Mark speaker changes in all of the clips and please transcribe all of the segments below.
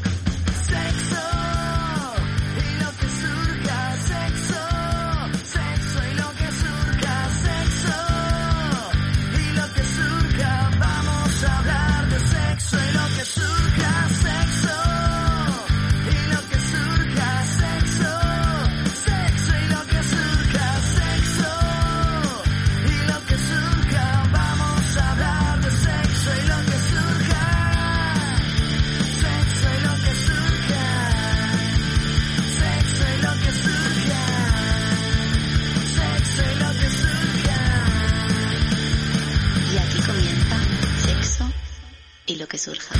Speaker 1: Sexo y lo que surja, sexo, sexo y lo que surja, sexo y lo que surja, vamos a hablar de sexo y lo que surja, sexo y lo que surja, sexo, sexo y lo que surja, sexo y lo que surja, vamos a hablar de sexo y lo que surja. Sexo y lo que surja, sexo y lo que surja, sexo y lo que surja.
Speaker 2: Y aquí comienza sexo y lo que surja.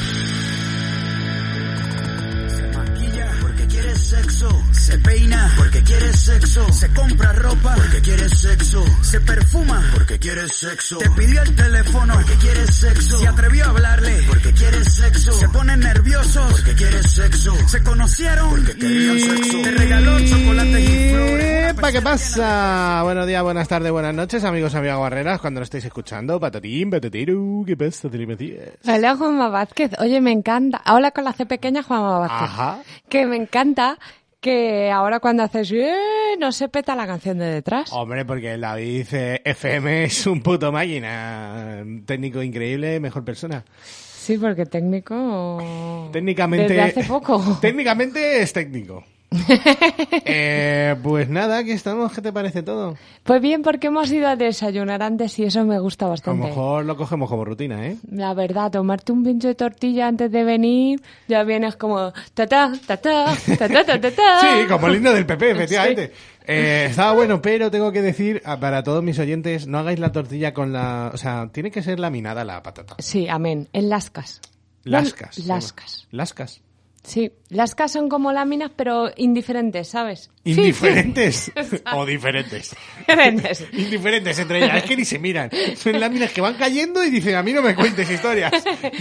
Speaker 1: Se maquilla porque quiere sexo. Se peina porque quiere sexo. Se compra ropa porque quiere sexo. Se perfuma porque quiere sexo. Te pidió el teléfono porque quiere sexo. Se atrevió a hablarle porque quiere sexo. Se ponen nerviosos porque quiere sexo. Se conocieron porque querían sexo. Te regaló chocolate y flores.
Speaker 3: ¡Epa! ¿Qué pasa? Buenos días, buenas tardes, buenas noches, amigos, amigas guerreras, cuando lo estáis escuchando. Patatín, patatiru, ¿qué pasa? Telepatías.
Speaker 4: Hola Juanma Vázquez, oye me encanta, ahora con la C pequeña Juanma Vázquez,
Speaker 3: Ajá.
Speaker 4: que me encanta que ahora cuando haces "Eh", no se peta la canción de detrás.
Speaker 3: Hombre, porque la dice FM es un puto máquina. Un Técnico increíble, mejor persona.
Speaker 4: Sí, porque técnico
Speaker 3: Técnicamente.
Speaker 4: desde hace poco.
Speaker 3: Técnicamente es técnico. Eh, pues nada, aquí estamos. ¿Qué te parece todo?
Speaker 4: Pues bien, porque hemos ido a desayunar antes y eso me gusta
Speaker 3: A lo
Speaker 4: bastante.
Speaker 3: mejor lo cogemos como rutina, ¿eh?
Speaker 4: La verdad, tomarte un pincho de tortilla antes de venir, ya vienes como ta ta ta ta ta ta ta ta, ta.
Speaker 3: Sí, como el himno del PP, efectivamente. Eh, estaba bueno, pero tengo que decir ah, para todos mis oyentes, no hagáis la tortilla con la... O sea, tiene que ser laminada la patata.
Speaker 4: Sí, amén, en lascas.
Speaker 3: Lascas. se llama.
Speaker 4: Lascas.
Speaker 3: Lascas.
Speaker 4: Sí, lascas son como láminas pero indiferentes, ¿sabes?
Speaker 3: Indiferentes. o diferentes.
Speaker 4: Diferentes.
Speaker 3: Indiferentes entre ellas. Es que ni se miran. Son láminas que van cayendo y dicen, a mí no me cuentes historias.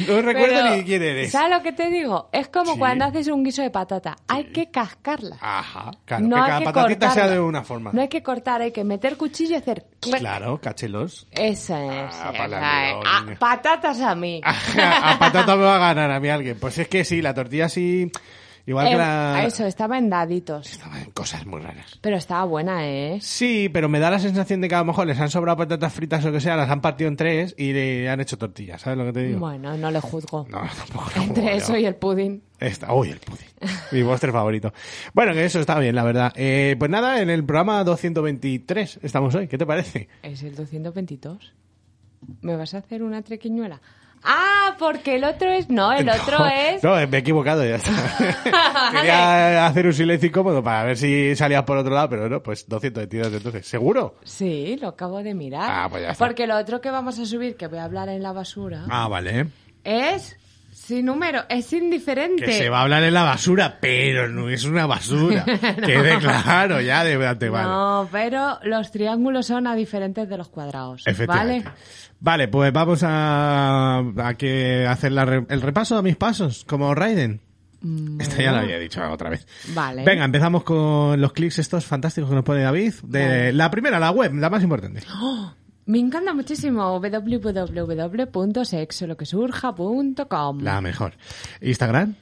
Speaker 3: No recuerdo
Speaker 4: Pero,
Speaker 3: ni quién eres.
Speaker 4: ¿Sabes lo que te digo? Es como
Speaker 3: Sí.
Speaker 4: cuando haces un guiso de patata. Hay que cascarla.
Speaker 3: Ajá. Claro,
Speaker 4: no
Speaker 3: que
Speaker 4: hay
Speaker 3: cada
Speaker 4: que
Speaker 3: patatita
Speaker 4: cortarla.
Speaker 3: sea de una forma.
Speaker 4: No hay que cortar, hay que meter cuchillo y hacer... clac.
Speaker 3: Claro, cachelos.
Speaker 4: Esa es.
Speaker 3: Ah,
Speaker 4: esa es.
Speaker 3: palangrón.
Speaker 4: Ah, patatas a mí.
Speaker 3: a patata me va a ganar a mí alguien. Pues es que sí, la tortilla sí... Igual que
Speaker 4: Eh,
Speaker 3: la...
Speaker 4: Eso, estaba en daditos.
Speaker 3: Estaban cosas muy raras.
Speaker 4: Pero estaba buena, ¿eh?
Speaker 3: Sí, pero me da la sensación de que a lo mejor les han sobrado patatas fritas o que sea, las han partido en tres y le han hecho tortillas, ¿sabes lo que te digo?
Speaker 4: Bueno, no le juzgo.
Speaker 3: No, tampoco. no,
Speaker 4: Entre
Speaker 3: yo-
Speaker 4: eso y el pudín.
Speaker 3: Esta, uy, el pudín. Mi postre favorito. Bueno, que eso está bien, la verdad. Eh, pues nada, en el programa 223 estamos hoy. ¿Qué te parece?
Speaker 4: Es el 222. ¿Me vas a hacer una trequiñuela? Ah, porque el otro es... No, el otro
Speaker 3: No,
Speaker 4: es...
Speaker 3: No, me he equivocado ya está. Quería hacer un silencio incómodo para ver si salías por otro lado, pero no, pues 222 entonces. ¿Seguro?
Speaker 4: Sí, lo acabo de mirar.
Speaker 3: Ah, pues ya está.
Speaker 4: Porque lo otro que vamos a subir, que voy a hablar en la basura,
Speaker 3: Ah, vale.
Speaker 4: es sin número, es indiferente.
Speaker 3: Que se va a hablar en la basura, pero no es una basura. Quede claro ya de antemano.
Speaker 4: No, pero los triángulos son diferentes de los cuadrados. ¿Vale?
Speaker 3: Efectivamente. Vale. pues vamos a, a que hacer la re- el repaso a mis pasos, como Raiden. Esta ya lo había dicho otra vez.
Speaker 4: Mm, Vale.
Speaker 3: Venga, empezamos con los clics estos fantásticos que nos pone David. De La primera, la web, la más importante.
Speaker 4: Me encanta muchísimo www.sexoloquesurja.com
Speaker 3: La mejor. Instagram.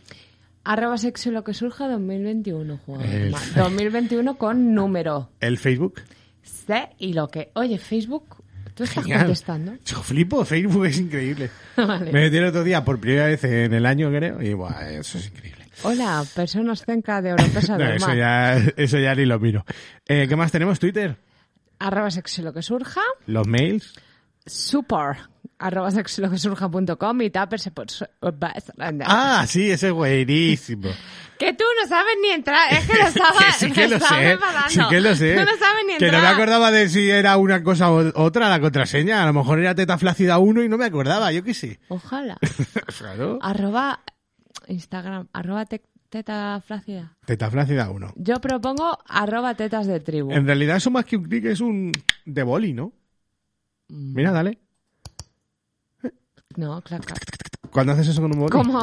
Speaker 4: Arroba sexoloquesurja 2021, Juan.
Speaker 3: El-
Speaker 4: 2021 con número
Speaker 3: El Facebook.
Speaker 4: C y lo que... Oye, Facebook, ¿tú estás
Speaker 3: Genial.
Speaker 4: contestando?
Speaker 3: Yo flipo, Facebook es increíble.
Speaker 4: Vale.
Speaker 3: Me metí el otro día por primera vez en el año, creo, y buah, eso es increíble.
Speaker 4: Hola, personas cerca de Europa
Speaker 3: No,
Speaker 4: del
Speaker 3: eso,
Speaker 4: Mar.
Speaker 3: ya, eso ya ni lo miro. Eh, ¿Qué más tenemos? Twitter,
Speaker 4: Arroba sexo lo que surja.
Speaker 3: los mails.
Speaker 4: Super. Arroba sexo lo que surja punto com y taperse por su-
Speaker 3: Ah, sí, ese es buenísimo.
Speaker 4: Que tú no sabes ni entrar. Es que lo estaba,
Speaker 3: Que sí que lo
Speaker 4: lo Ah, estaba
Speaker 3: sé,
Speaker 4: preparando.
Speaker 3: sí que lo sé.
Speaker 4: Tú no sabes ni
Speaker 3: que
Speaker 4: entrar.
Speaker 3: no me acordaba de si era una cosa o otra la contraseña. A lo mejor era teta flácida 1 y no me acordaba, yo que sí.
Speaker 4: Ojalá.
Speaker 3: Claro.
Speaker 4: Arroba Instagram, arroba te- teta flácida.
Speaker 3: Teta flácida 1.
Speaker 4: Yo propongo arroba tetas de tribu.
Speaker 3: En realidad eso más que un clic es un de boli, ¿no? Mira, dale.
Speaker 4: No, claro. claro.
Speaker 3: Cuando haces eso con un boli.
Speaker 4: Como,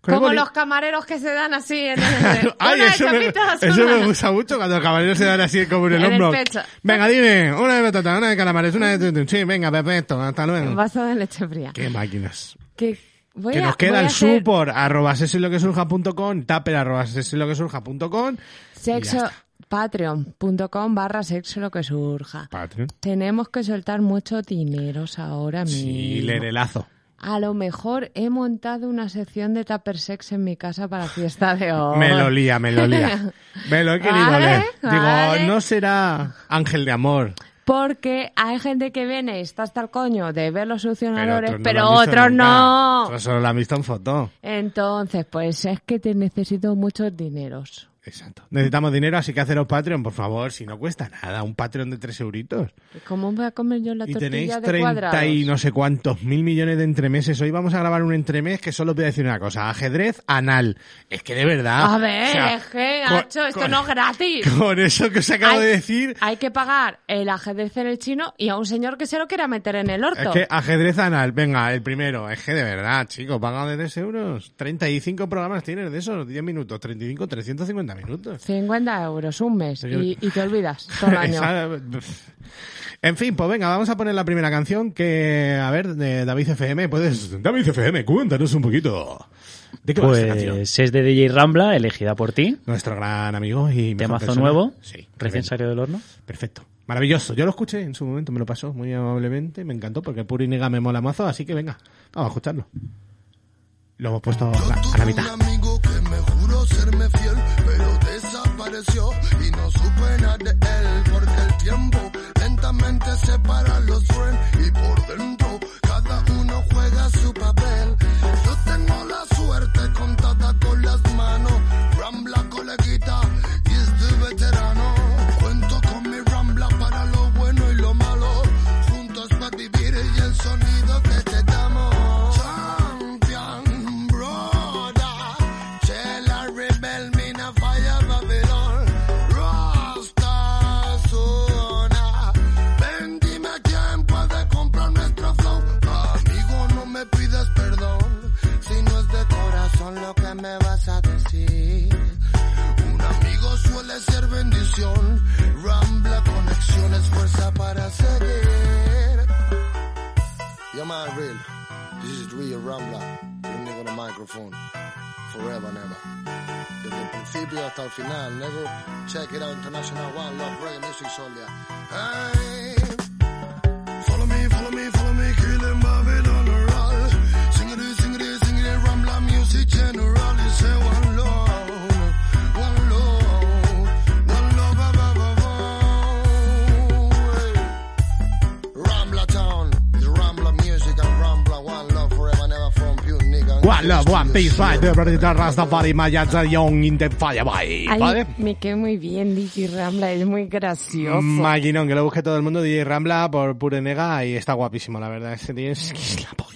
Speaker 3: Con el
Speaker 4: como
Speaker 3: boli.
Speaker 4: los camareros que se dan así en el.
Speaker 3: Ay,
Speaker 4: una de
Speaker 3: eso, me,
Speaker 4: chopitas,
Speaker 3: eso
Speaker 4: una-
Speaker 3: me gusta mucho cuando los caballeros se dan así como en el
Speaker 4: En el
Speaker 3: hombro.
Speaker 4: pecho.
Speaker 3: Venga, dime, una de patata, una de calamares, una de... Sí, venga, perfecto, hasta
Speaker 4: Un
Speaker 3: luego.
Speaker 4: vaso de leche fría.
Speaker 3: Qué máquinas.
Speaker 4: Que, voy
Speaker 3: que
Speaker 4: a-
Speaker 3: nos queda
Speaker 4: voy a
Speaker 3: el
Speaker 4: hacer
Speaker 3: support arroba sesiloquesurja.com, tupper arroba sesiloquesurja.com, y ya
Speaker 4: Sexo. Patreon.com barra sexo lo que surja.
Speaker 3: Patreon.
Speaker 4: Tenemos que soltar muchos dineros ahora mismo.
Speaker 3: Sí, lerelazo.
Speaker 4: A lo mejor he montado una sección de tupper sex en mi casa para fiesta de hoy.
Speaker 3: Me lo lía, me lo lía. Me lo he querido
Speaker 4: Vale,
Speaker 3: leer. Digo,
Speaker 4: vale.
Speaker 3: no será ángel de amor.
Speaker 4: Porque hay gente que viene y está hasta el coño de ver los succionadores,
Speaker 3: no
Speaker 4: pero
Speaker 3: lo han visto
Speaker 4: otros
Speaker 3: nunca.
Speaker 4: no.
Speaker 3: Otros solo la han visto en foto.
Speaker 4: Entonces, pues es que te necesito muchos dineros.
Speaker 3: Exacto. Necesitamos dinero, así que haceros Patreon, por favor, si no cuesta nada, un Patreon de 3 euritos.
Speaker 4: ¿Cómo voy a comer yo la
Speaker 3: Y
Speaker 4: tortilla
Speaker 3: tenéis
Speaker 4: de
Speaker 3: 30
Speaker 4: cuadrados?
Speaker 3: y no sé cuántos mil millones de entremeses. Hoy vamos a grabar un entremés que solo os voy a decir una cosa. Ajedrez anal. Es que de verdad.
Speaker 4: A ver,
Speaker 3: o sea,
Speaker 4: es que,
Speaker 3: con-
Speaker 4: Nacho, esto
Speaker 3: con-
Speaker 4: no es gratis.
Speaker 3: Con eso que os acabo
Speaker 4: Hay-
Speaker 3: de decir.
Speaker 4: Hay que pagar el ajedrez en el chino y a un señor que se lo quiera meter en el
Speaker 3: Es
Speaker 4: orto.
Speaker 3: que ajedrez anal, venga, el primero. Es que de verdad, chicos, pagan de 3 euros. 35 programas tienes de esos, 10 minutos, 35, 350 minutos.
Speaker 4: 50 euros, un mes.
Speaker 3: Señor-
Speaker 4: Y, y te olvidas todo el año.
Speaker 3: Esa- En fin, pues venga, vamos a poner la primera canción que, a ver, de David FM, puedes... David FM, cuéntanos un poquito. ¿De qué va esta canción?
Speaker 5: Pues es de DJ Rambla, elegida por ti.
Speaker 3: Nuestro gran amigo y mejor
Speaker 5: Temazo
Speaker 3: persona.
Speaker 5: nuevo,
Speaker 3: Sí,
Speaker 5: recién
Speaker 3: tremendo.
Speaker 5: salido del horno.
Speaker 3: Perfecto. Maravilloso. Yo lo escuché en su momento, me lo pasó muy amablemente, me encantó porque Puri Nega me mola mazo, así que venga, vamos a escucharlo. Lo hemos puesto a la, a la mitad.
Speaker 6: Un amigo que me juró serme fiel, pero desapareció y no supe nada de él. Porque el tiempo lentamente separa los sueños y por dentro cada uno juega su papel. Yo tengo la suerte contada con las manos. Rambla coleguita y es de veterano. Cuento con mi Rambla para lo bueno y lo malo. Juntos para vivir y el sonido que te damos. Champion, brother. Chela rebel, mina fire Babylon. Rasta zona. Ven, dime quién puede comprar nuestro flow. Amigo, no me pidas perdón. Si no es de corazón lo que me vas a decir. Un amigo suele ser bendición. Rambla, conexiones, fuerza para seguir. Yo, man, real. This is real Rambla. Your nigga on the microphone. Forever and ever. Desde el principio hasta el final, nego. Check it out, International One Love Reggae Music Soldier. Hey. Follow me, follow me, follow me, killing Babylon roll. Sing it, sing it, sing it, Rambla music general. You say one love, one love, one love, ba, ba, ba, ba. Hey. Rambla town, it's Rambla music and Rambla one love forever, never from you, nigga.
Speaker 3: One love, one peace, fight, the brother, the Rastafari, Maya, Zion, in the fire, bye.
Speaker 4: Ay,
Speaker 3: ¿Vale?
Speaker 4: Me quedé muy bien, DJ Rambla, es muy gracioso.
Speaker 3: Mm, Maquinón, que lo busque todo el mundo, DJ Rambla por Purenega y está guapísimo, la verdad. Ese tío es, es la polla.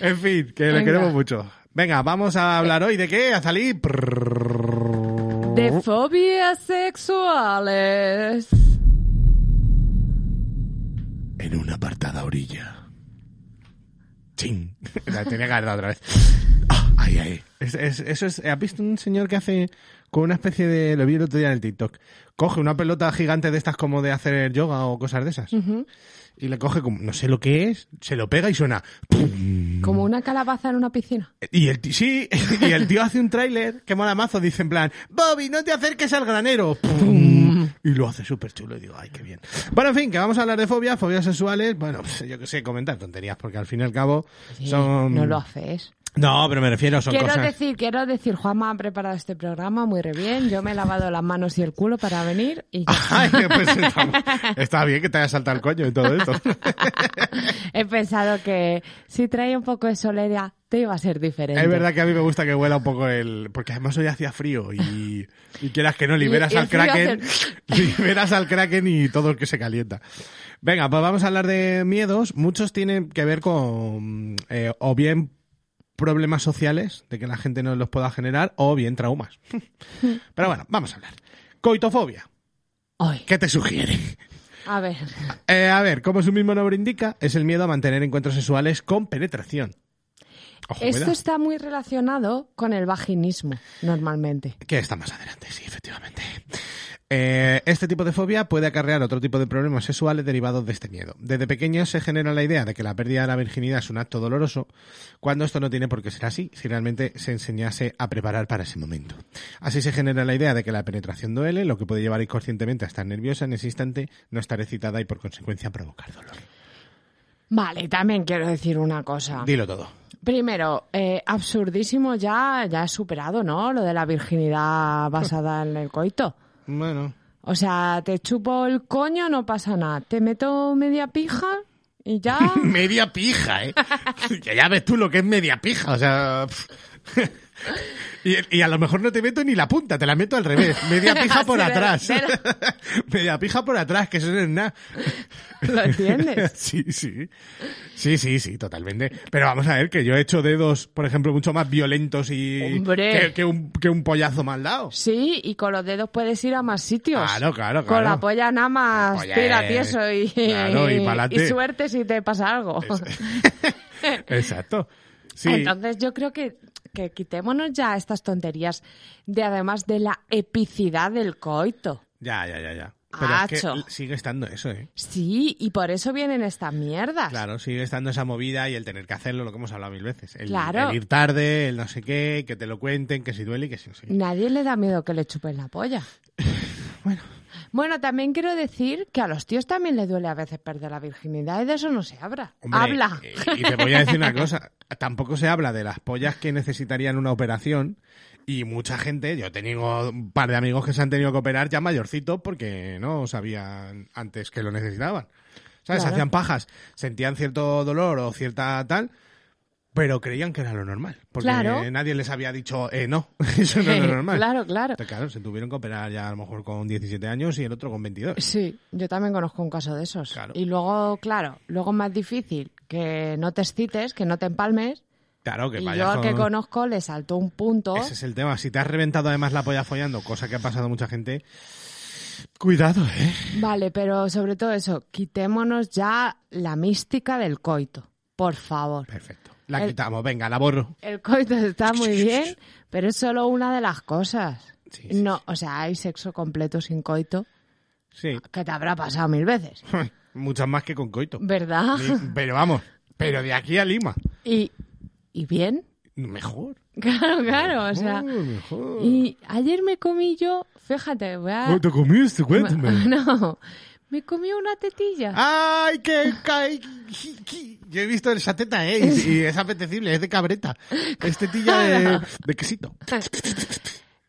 Speaker 3: en fin, que lo
Speaker 4: Venga.
Speaker 3: queremos mucho. Venga, vamos a hablar hoy de qué, Azalí. Oh.
Speaker 4: De fobias sexuales.
Speaker 3: En una apartada orilla. Ching. La tenía que haber dado otra vez. ay, ay. eso es, ¿Has visto un señor que hace con una especie de... Lo vi el otro día en el TikTok. Coge una pelota gigante de estas como de hacer yoga o cosas de esas. Y le coge como... No sé lo que es. Se lo pega y suena... ¡pum!
Speaker 4: Como una calabaza en una piscina.
Speaker 3: Y el tío, sí, y el tío hace un tráiler que mola mazo, dice en plan, Bobby, no te acerques al granero. ¡Pum! Y lo hace súper chulo y digo, ay, qué bien. Bueno, en fin, que vamos a hablar de fobias, fobias sexuales, bueno, pues, yo qué sé, comentar tonterías, porque al fin y al cabo Eh, son...
Speaker 4: No lo haces.
Speaker 3: No, pero me refiero, son
Speaker 4: Quiero
Speaker 3: cosas...
Speaker 4: decir, quiero decir, Juanma ha preparado este programa muy re bien. Yo me he lavado las manos y el culo para venir y ya está.
Speaker 3: Ay, pues está, está bien que te haya saltado el coño y todo esto.
Speaker 4: he pensado que si trae un poco de soledad, este va a ser diferente.
Speaker 3: Es verdad que a mí me gusta que huela un poco el. Porque además hoy hacía frío y, y quieras que no, liberas
Speaker 4: Y- y el
Speaker 3: al
Speaker 4: frío
Speaker 3: Kraken.
Speaker 4: hace-
Speaker 3: Liberas al Kraken y todo el que se calienta. Venga, pues vamos a hablar de miedos. Muchos tienen que ver con. eh, o bien problemas sociales, de que la gente no los pueda generar, o bien traumas. Pero bueno, vamos a hablar. Coitofobia.
Speaker 4: Ay,
Speaker 3: ¿Qué te sugiere?
Speaker 4: a ver.
Speaker 3: Eh, a ver, como su mismo nombre indica, es el miedo a mantener encuentros sexuales con penetración. Ojo,
Speaker 4: Esto
Speaker 3: cuidado.
Speaker 4: está muy relacionado con el vaginismo, normalmente.
Speaker 3: que está más adelante, sí, efectivamente. Eh, este tipo de fobia puede acarrear otro tipo de problemas sexuales derivados de este miedo. Desde pequeños se genera la idea de que la pérdida de la virginidad es un acto doloroso, cuando esto no tiene por qué ser así, si realmente se enseñase a preparar para ese momento. Así se genera la idea de que la penetración duele, lo que puede llevar inconscientemente a estar nerviosa en ese instante, no estar excitada y por consecuencia provocar dolor.
Speaker 4: Vale, también quiero decir una cosa.
Speaker 3: Dilo todo.
Speaker 4: Primero, eh, absurdísimo ya, ya es superado, ¿no? Lo de la virginidad basada en el coito.
Speaker 3: Bueno,
Speaker 4: O sea, te chupo el coño, no pasa nada. Te meto media pija y ya.
Speaker 3: Media pija, ¿eh? ya, ya ves tú lo que es media pija, o sea... pf. y, y a lo mejor no te meto ni la punta, te la meto al revés. Media pija por
Speaker 4: Sí, de-
Speaker 3: atrás.
Speaker 4: de
Speaker 3: media pija por atrás, que eso no es nada.
Speaker 4: ¿Lo entiendes?
Speaker 3: Sí, sí. Sí, sí, sí, totalmente. Pero vamos a ver que yo he hecho dedos, por ejemplo, mucho más violentos y...
Speaker 4: Hombre.
Speaker 3: Que, que un, que un pollazo mal dado.
Speaker 4: Sí, y con los dedos puedes ir a más sitios.
Speaker 3: Claro, claro, claro.
Speaker 4: Con la polla nada más
Speaker 3: Oye,
Speaker 4: tira tieso y,
Speaker 3: claro, y pa'lante.
Speaker 4: y suerte si te pasa algo.
Speaker 3: Exacto. Sí.
Speaker 4: Entonces yo creo que, que quitémonos ya estas tonterías de además de la epicidad del coito.
Speaker 3: Ya, ya, ya, ya. Pero es
Speaker 4: Ah, Acho.
Speaker 3: que sigue estando eso, ¿eh?
Speaker 4: Sí, y por eso vienen estas mierdas.
Speaker 3: Claro, sigue estando esa movida y el tener que hacerlo, lo que hemos hablado mil veces. El,
Speaker 4: Claro.
Speaker 3: el ir tarde, el no sé qué, que te lo cuenten, que si duele y que si no sé qué.
Speaker 4: Nadie le da miedo que le chupen la polla.
Speaker 3: Bueno.
Speaker 4: Bueno, también quiero decir que a los tíos también les duele a veces perder la virginidad y de eso no se habla.
Speaker 3: Hombre,
Speaker 4: habla.
Speaker 3: eh, Y te voy a decir una cosa. Tampoco se habla de las pollas que necesitarían una operación. Y mucha gente, yo tengo un par de amigos que se han tenido que operar ya mayorcitos porque no sabían antes que lo necesitaban. ¿Sabes?
Speaker 4: Claro.
Speaker 3: Hacían pajas, sentían cierto dolor o cierta tal, pero creían que era lo normal. Porque
Speaker 4: Claro.
Speaker 3: nadie les había dicho, eh, no, eso no es lo normal.
Speaker 4: Claro, claro.
Speaker 3: Entonces, Claro, se tuvieron que operar ya a lo mejor con 17 años y el otro con 22.
Speaker 4: Sí, yo también conozco un caso de esos.
Speaker 3: Claro.
Speaker 4: Y luego, claro, luego es más difícil que no te excites, que no te empalmes.
Speaker 3: Claro, que
Speaker 4: y
Speaker 3: vaya
Speaker 4: yo al que
Speaker 3: con-
Speaker 4: conozco le saltó un punto.
Speaker 3: Ese es el tema. Si te has reventado además la polla follando, cosa que ha pasado a mucha gente, cuidado, ¿eh?
Speaker 4: Vale, pero sobre todo eso, quitémonos ya la mística del coito, por favor.
Speaker 3: Perfecto. La
Speaker 4: El-
Speaker 3: quitamos, venga, la borro.
Speaker 4: El coito está muy bien, pero es solo una de las cosas.
Speaker 3: Sí, sí,
Speaker 4: No, o sea, hay sexo completo sin coito,
Speaker 3: Sí,
Speaker 4: que te habrá pasado mil veces,
Speaker 3: muchas más que con coito.
Speaker 4: ¿verdad?
Speaker 3: Ni- Pero vamos, pero de aquí a Lima,
Speaker 4: Y, y bien,
Speaker 3: mejor.
Speaker 4: claro, claro, o sea...
Speaker 3: mejor, mejor.
Speaker 4: Y ayer me comí yo, fíjate, voy a...
Speaker 3: ¿Cómo te comiste? Cuéntame.
Speaker 4: No, me comí una tetilla.
Speaker 3: Ah. ¡Ay, qué, qué- qué- Yo he visto esa teta, ¿eh? Y, y es apetecible, es de cabreta. Es tetilla de, de quesito.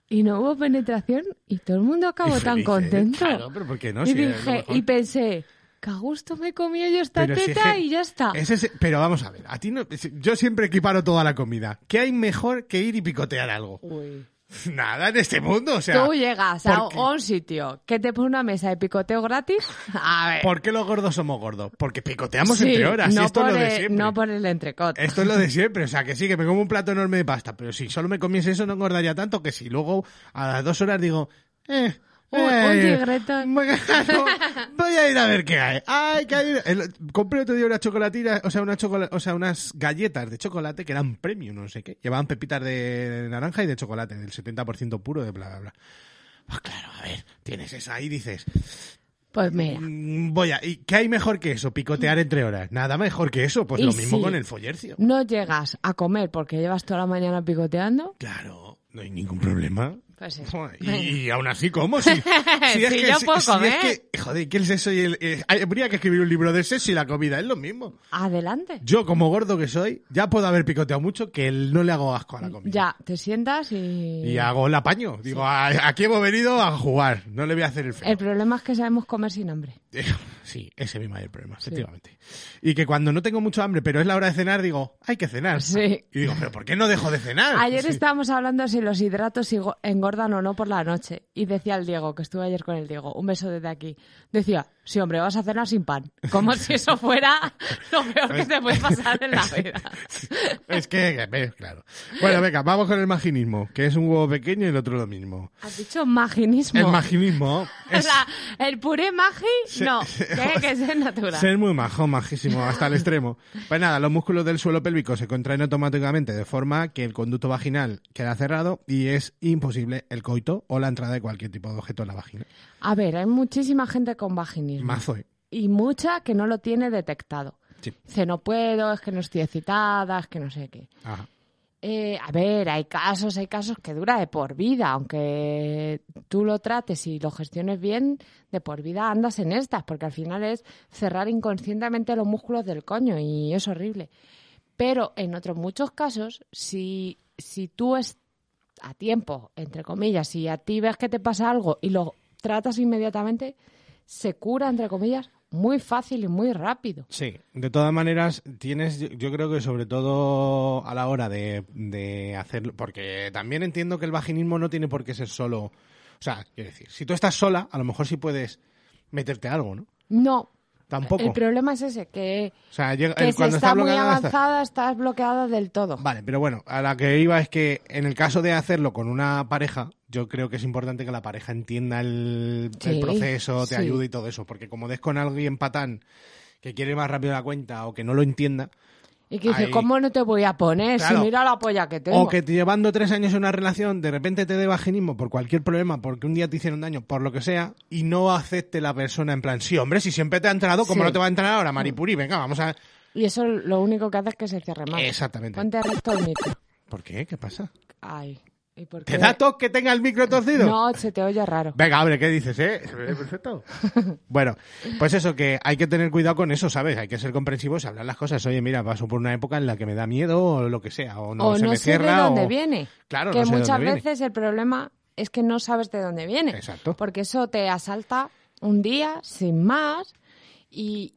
Speaker 4: Y no hubo penetración y todo el mundo acabó
Speaker 3: Y
Speaker 4: tan
Speaker 3: felices,
Speaker 4: contento.
Speaker 3: Claro, pero ¿por qué no?
Speaker 4: y
Speaker 3: Si era lo
Speaker 4: dije,
Speaker 3: mejor.
Speaker 4: y pensé, que a gusto me comí yo esta
Speaker 3: Pero si es
Speaker 4: teta
Speaker 3: que-
Speaker 4: y ya está.
Speaker 3: ese es- pero vamos a ver, a ti no, yo siempre equiparo toda la comida. ¿Qué hay mejor que ir y picotear algo?
Speaker 4: Uy.
Speaker 3: Nada en este mundo, o sea.
Speaker 4: Tú llegas a
Speaker 3: ¿por qué?
Speaker 4: un sitio que te pone una mesa de picoteo gratis. A ver.
Speaker 3: ¿Por qué los gordos somos gordos? Porque picoteamos
Speaker 4: Sí,
Speaker 3: entre horas, y
Speaker 4: no
Speaker 3: esto
Speaker 4: por
Speaker 3: es lo de
Speaker 4: el-
Speaker 3: siempre.
Speaker 4: No por el entrecot.
Speaker 3: Esto es lo de siempre, o sea, que sí, que me como un plato enorme de pasta, pero si solo me comiese eso no engordaría tanto que si luego a las dos horas digo, eh,
Speaker 4: Un-
Speaker 3: eh,
Speaker 4: un tigreto.
Speaker 3: bueno, voy a ir a ver qué hay. Ay, que hay... el- compré otro día una chocolatina, o sea, una chocola- o sea, unas galletas de chocolate que eran premium, no sé qué. Llevaban pepitas de naranja y de chocolate, del 70% puro de bla, bla, bla. Pues claro, a ver, tienes eso ahí y dices,
Speaker 4: Pues mira.
Speaker 3: mm, voy a... ¿Y qué hay mejor que eso? Picotear entre horas. Nada mejor que eso, pues
Speaker 4: Y
Speaker 3: lo mismo
Speaker 4: sí.
Speaker 3: con el follercio.
Speaker 4: No llegas a comer porque llevas toda la mañana picoteando.
Speaker 3: Claro, no hay ningún problema.
Speaker 4: Pues sí.
Speaker 3: Joder, Y, y aún así, ¿cómo? Si, si es
Speaker 4: Sí,
Speaker 3: que,
Speaker 4: yo
Speaker 3: si-
Speaker 4: puedo
Speaker 3: si es
Speaker 4: comer.
Speaker 3: que- joder, ¿qué es eso? Y el- eh, habría que escribir un libro de sexo y la comida, es lo mismo.
Speaker 4: Adelante.
Speaker 3: Yo, como gordo que soy, ya puedo haber picoteado mucho que no le hago asco a la comida.
Speaker 4: Ya, te sientas y...
Speaker 3: Y hago el apaño. Digo, "A- aquí hemos venido a jugar, no le voy a hacer el feo.
Speaker 4: El problema es que sabemos comer sin hambre.
Speaker 3: Sí, ese mismo es el problema, efectivamente. Y que cuando no tengo mucho hambre, pero es la hora de cenar, digo, hay que cenar.
Speaker 4: Sí.
Speaker 3: Y digo, ¿pero por qué no dejo de cenar?
Speaker 4: Ayer
Speaker 3: Ah, Sí.
Speaker 4: estábamos hablando si los hidratos si go- engordan o no por la noche. Y decía el Diego, que estuve ayer con el Diego, un beso desde aquí. Decía, sí, hombre, vas a cenar sin pan. Como si eso fuera lo peor que te puede pasar en la vida.
Speaker 3: Es que, eh, claro. Bueno, venga, vamos con el maginismo, que es un huevo pequeño y el otro lo mismo.
Speaker 4: Has dicho maginismo.
Speaker 3: El maginismo
Speaker 4: O
Speaker 3: es
Speaker 4: sea, el puré magi, no, tiene que ser natural.
Speaker 3: ser muy majo, majísimo, hasta el extremo. Pues nada, los músculos del suelo pélvico se contraen automáticamente de forma que el conducto vaginal queda cerrado y es imposible el coito o la entrada de cualquier tipo de objeto en la vagina.
Speaker 4: A ver, hay muchísima gente con vaginismo.
Speaker 3: Mazo, eh.
Speaker 4: y mucha que no lo tiene detectado.
Speaker 3: Sí.
Speaker 4: Dice, no puedo, es que no estoy excitada, es que no sé qué.
Speaker 3: Ajá.
Speaker 4: Eh, a ver, hay casos, hay casos que dura de por vida, aunque tú lo trates y lo gestiones bien, de por vida andas en estas, porque al final es cerrar inconscientemente los músculos del coño y es horrible. Pero en otros muchos casos, si, si tú es a tiempo, entre comillas, si a ti ves que te pasa algo y lo tratas inmediatamente, se cura, entre comillas, muy fácil y muy rápido.
Speaker 3: Sí, de todas maneras, tienes, yo, yo creo que sobre todo a la hora de, de hacerlo, porque también entiendo que el vaginismo no tiene por qué ser solo, o sea, quiero decir, si tú estás sola, a lo mejor sí puedes meterte algo, ¿no?
Speaker 4: No,
Speaker 3: Tampoco.
Speaker 4: el problema es ese, que...
Speaker 3: o sea, llega-
Speaker 4: que
Speaker 3: el-
Speaker 4: si
Speaker 3: cuando
Speaker 4: está muy
Speaker 3: bloqueada, está-
Speaker 4: avanzada, estás bloqueada del todo.
Speaker 3: Vale, pero bueno, a la que iba es que en el caso de hacerlo con una pareja, yo creo que es importante que la pareja entienda el, el
Speaker 4: Sí,
Speaker 3: proceso, te
Speaker 4: sí.
Speaker 3: ayude y todo eso, porque como des con alguien patán que quiere más rápido la cuenta o que no lo entienda,
Speaker 4: Y que dice,
Speaker 3: Ahí.
Speaker 4: ¿cómo no te voy a poner?
Speaker 3: Claro.
Speaker 4: Si mira la polla que tengo.
Speaker 3: O que te- llevando tres años en una relación, de repente te dé vaginismo por cualquier problema, porque un día te hicieron daño, por lo que sea, y no acepte la persona en plan, sí, hombre, si siempre te ha entrado, ¿cómo
Speaker 4: Sí. Mm.
Speaker 3: no te va a entrar ahora, Maripuri? Venga, vamos a...
Speaker 4: Y eso lo único que hace es que se cierre más.
Speaker 3: Exactamente.
Speaker 4: Ponte recto el micro.
Speaker 3: ¿Por qué? ¿Qué pasa?
Speaker 4: Ay. ¿y por
Speaker 3: ¿Te
Speaker 4: qué?
Speaker 3: da toque que tenga el micro torcido?
Speaker 4: Eh, No, se te oye raro.
Speaker 3: Venga, hombre, ¿qué dices, eh? Se me ve perfecto. bueno, pues eso, que hay que tener cuidado con eso, ¿sabes? Hay que ser comprensivos y hablar las cosas. Oye, mira, paso por una época en la que me da miedo o lo que sea, o no
Speaker 4: o
Speaker 3: se
Speaker 4: no
Speaker 3: me
Speaker 4: sé
Speaker 3: cierra.
Speaker 4: de dónde
Speaker 3: o-
Speaker 4: viene.
Speaker 3: Claro,
Speaker 4: que
Speaker 3: no sé de
Speaker 4: muchas
Speaker 3: dónde viene.
Speaker 4: veces el problema es que no sabes de dónde viene.
Speaker 3: Exacto.
Speaker 4: Porque eso te asalta un día sin más y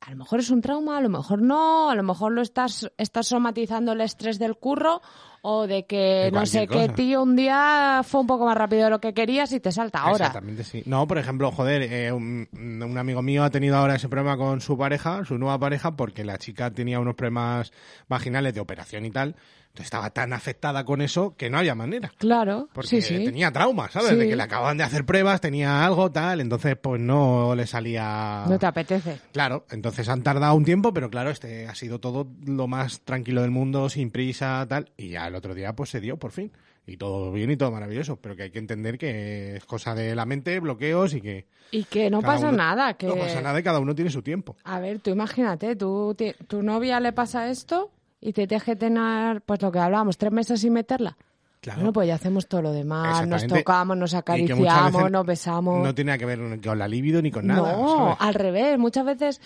Speaker 4: a lo mejor es un trauma, a lo mejor no, a lo mejor lo estás, estás somatizando el estrés del curro o de que
Speaker 3: De
Speaker 4: no sé
Speaker 3: cualquier
Speaker 4: qué
Speaker 3: cosa.
Speaker 4: tío un día fue un poco más rápido de lo que querías y te salta ahora.
Speaker 3: Exactamente, sí. No, por ejemplo, joder, eh, un, un amigo mío ha tenido ahora ese problema con su pareja, su nueva pareja, porque la chica tenía unos problemas vaginales de operación y tal. Entonces estaba tan afectada con eso que no había manera.
Speaker 4: Claro,
Speaker 3: Porque
Speaker 4: sí, sí.
Speaker 3: tenía traumas, ¿sabes?
Speaker 4: Sí.
Speaker 3: De que le acababan de hacer pruebas, tenía algo, tal. Entonces, pues no le salía.
Speaker 4: No te apetece.
Speaker 3: Claro, entonces han tardado un tiempo, pero claro, este ha sido todo lo más tranquilo del mundo, sin prisa, tal, y ya el otro día pues se dio por fin. Y todo bien y todo maravilloso, pero que hay que entender que es cosa de la mente, bloqueos y que
Speaker 4: Y que no
Speaker 3: cada
Speaker 4: pasa
Speaker 3: uno-
Speaker 4: nada. Que...
Speaker 3: no pasa nada y cada uno tiene su tiempo.
Speaker 4: A ver, tú imagínate, tú, ti- tu novia le pasa esto y te tienes que tener, pues lo que hablábamos, tres meses sin meterla.
Speaker 3: Claro.
Speaker 4: Bueno, pues ya hacemos todo lo demás, Ah, nos
Speaker 3: Exactamente.
Speaker 4: tocamos, nos
Speaker 3: Y que muchas
Speaker 4: acariciamos,
Speaker 3: veces
Speaker 4: nos besamos.
Speaker 3: No tiene nada que ver con la libido ni con nada.
Speaker 4: No,
Speaker 3: ¿sabes?
Speaker 4: al revés, muchas veces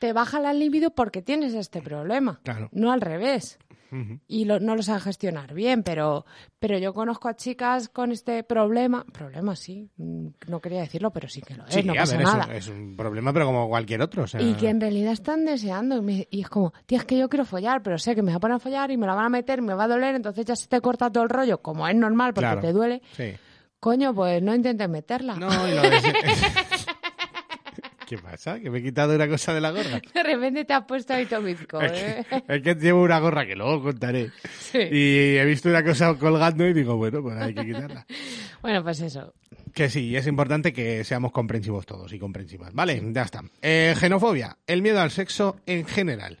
Speaker 4: te baja la libido porque tienes este problema,
Speaker 3: Claro.
Speaker 4: no al revés.
Speaker 3: Ujú.
Speaker 4: Y lo- no lo saben gestionar bien, pero, pero yo conozco a chicas con este problema, problema sí, mm, no quería decirlo, pero sí que lo es,
Speaker 3: Sí,
Speaker 4: no
Speaker 3: a
Speaker 4: pasa
Speaker 3: ver, es un-
Speaker 4: nada.
Speaker 3: Es, un, problema, pero como cualquier otro. o sea,
Speaker 4: Y que en realidad están deseando. Y, me- y es como, tío, es que yo quiero follar, pero sé que me van a poner a follar y me la van a meter, me va a doler, entonces ya se te corta todo el rollo, como es normal porque
Speaker 3: Claro.
Speaker 4: te duele.
Speaker 3: Sí.
Speaker 4: Coño, pues no intentes meterla.
Speaker 3: No, y lo de- ¿Qué pasa? ¿Que me he quitado una cosa de la gorra?
Speaker 4: De repente te has puesto ahí bizco, ¿eh?
Speaker 3: Es que llevo una gorra que luego contaré.
Speaker 4: Sí.
Speaker 3: Y he visto una cosa colgando y digo, bueno, pues hay que quitarla.
Speaker 4: Bueno, pues eso.
Speaker 3: Que sí, es importante que seamos comprensivos todos y comprensivas. Vale, ya está. Eh, genofobia, el miedo al sexo en general.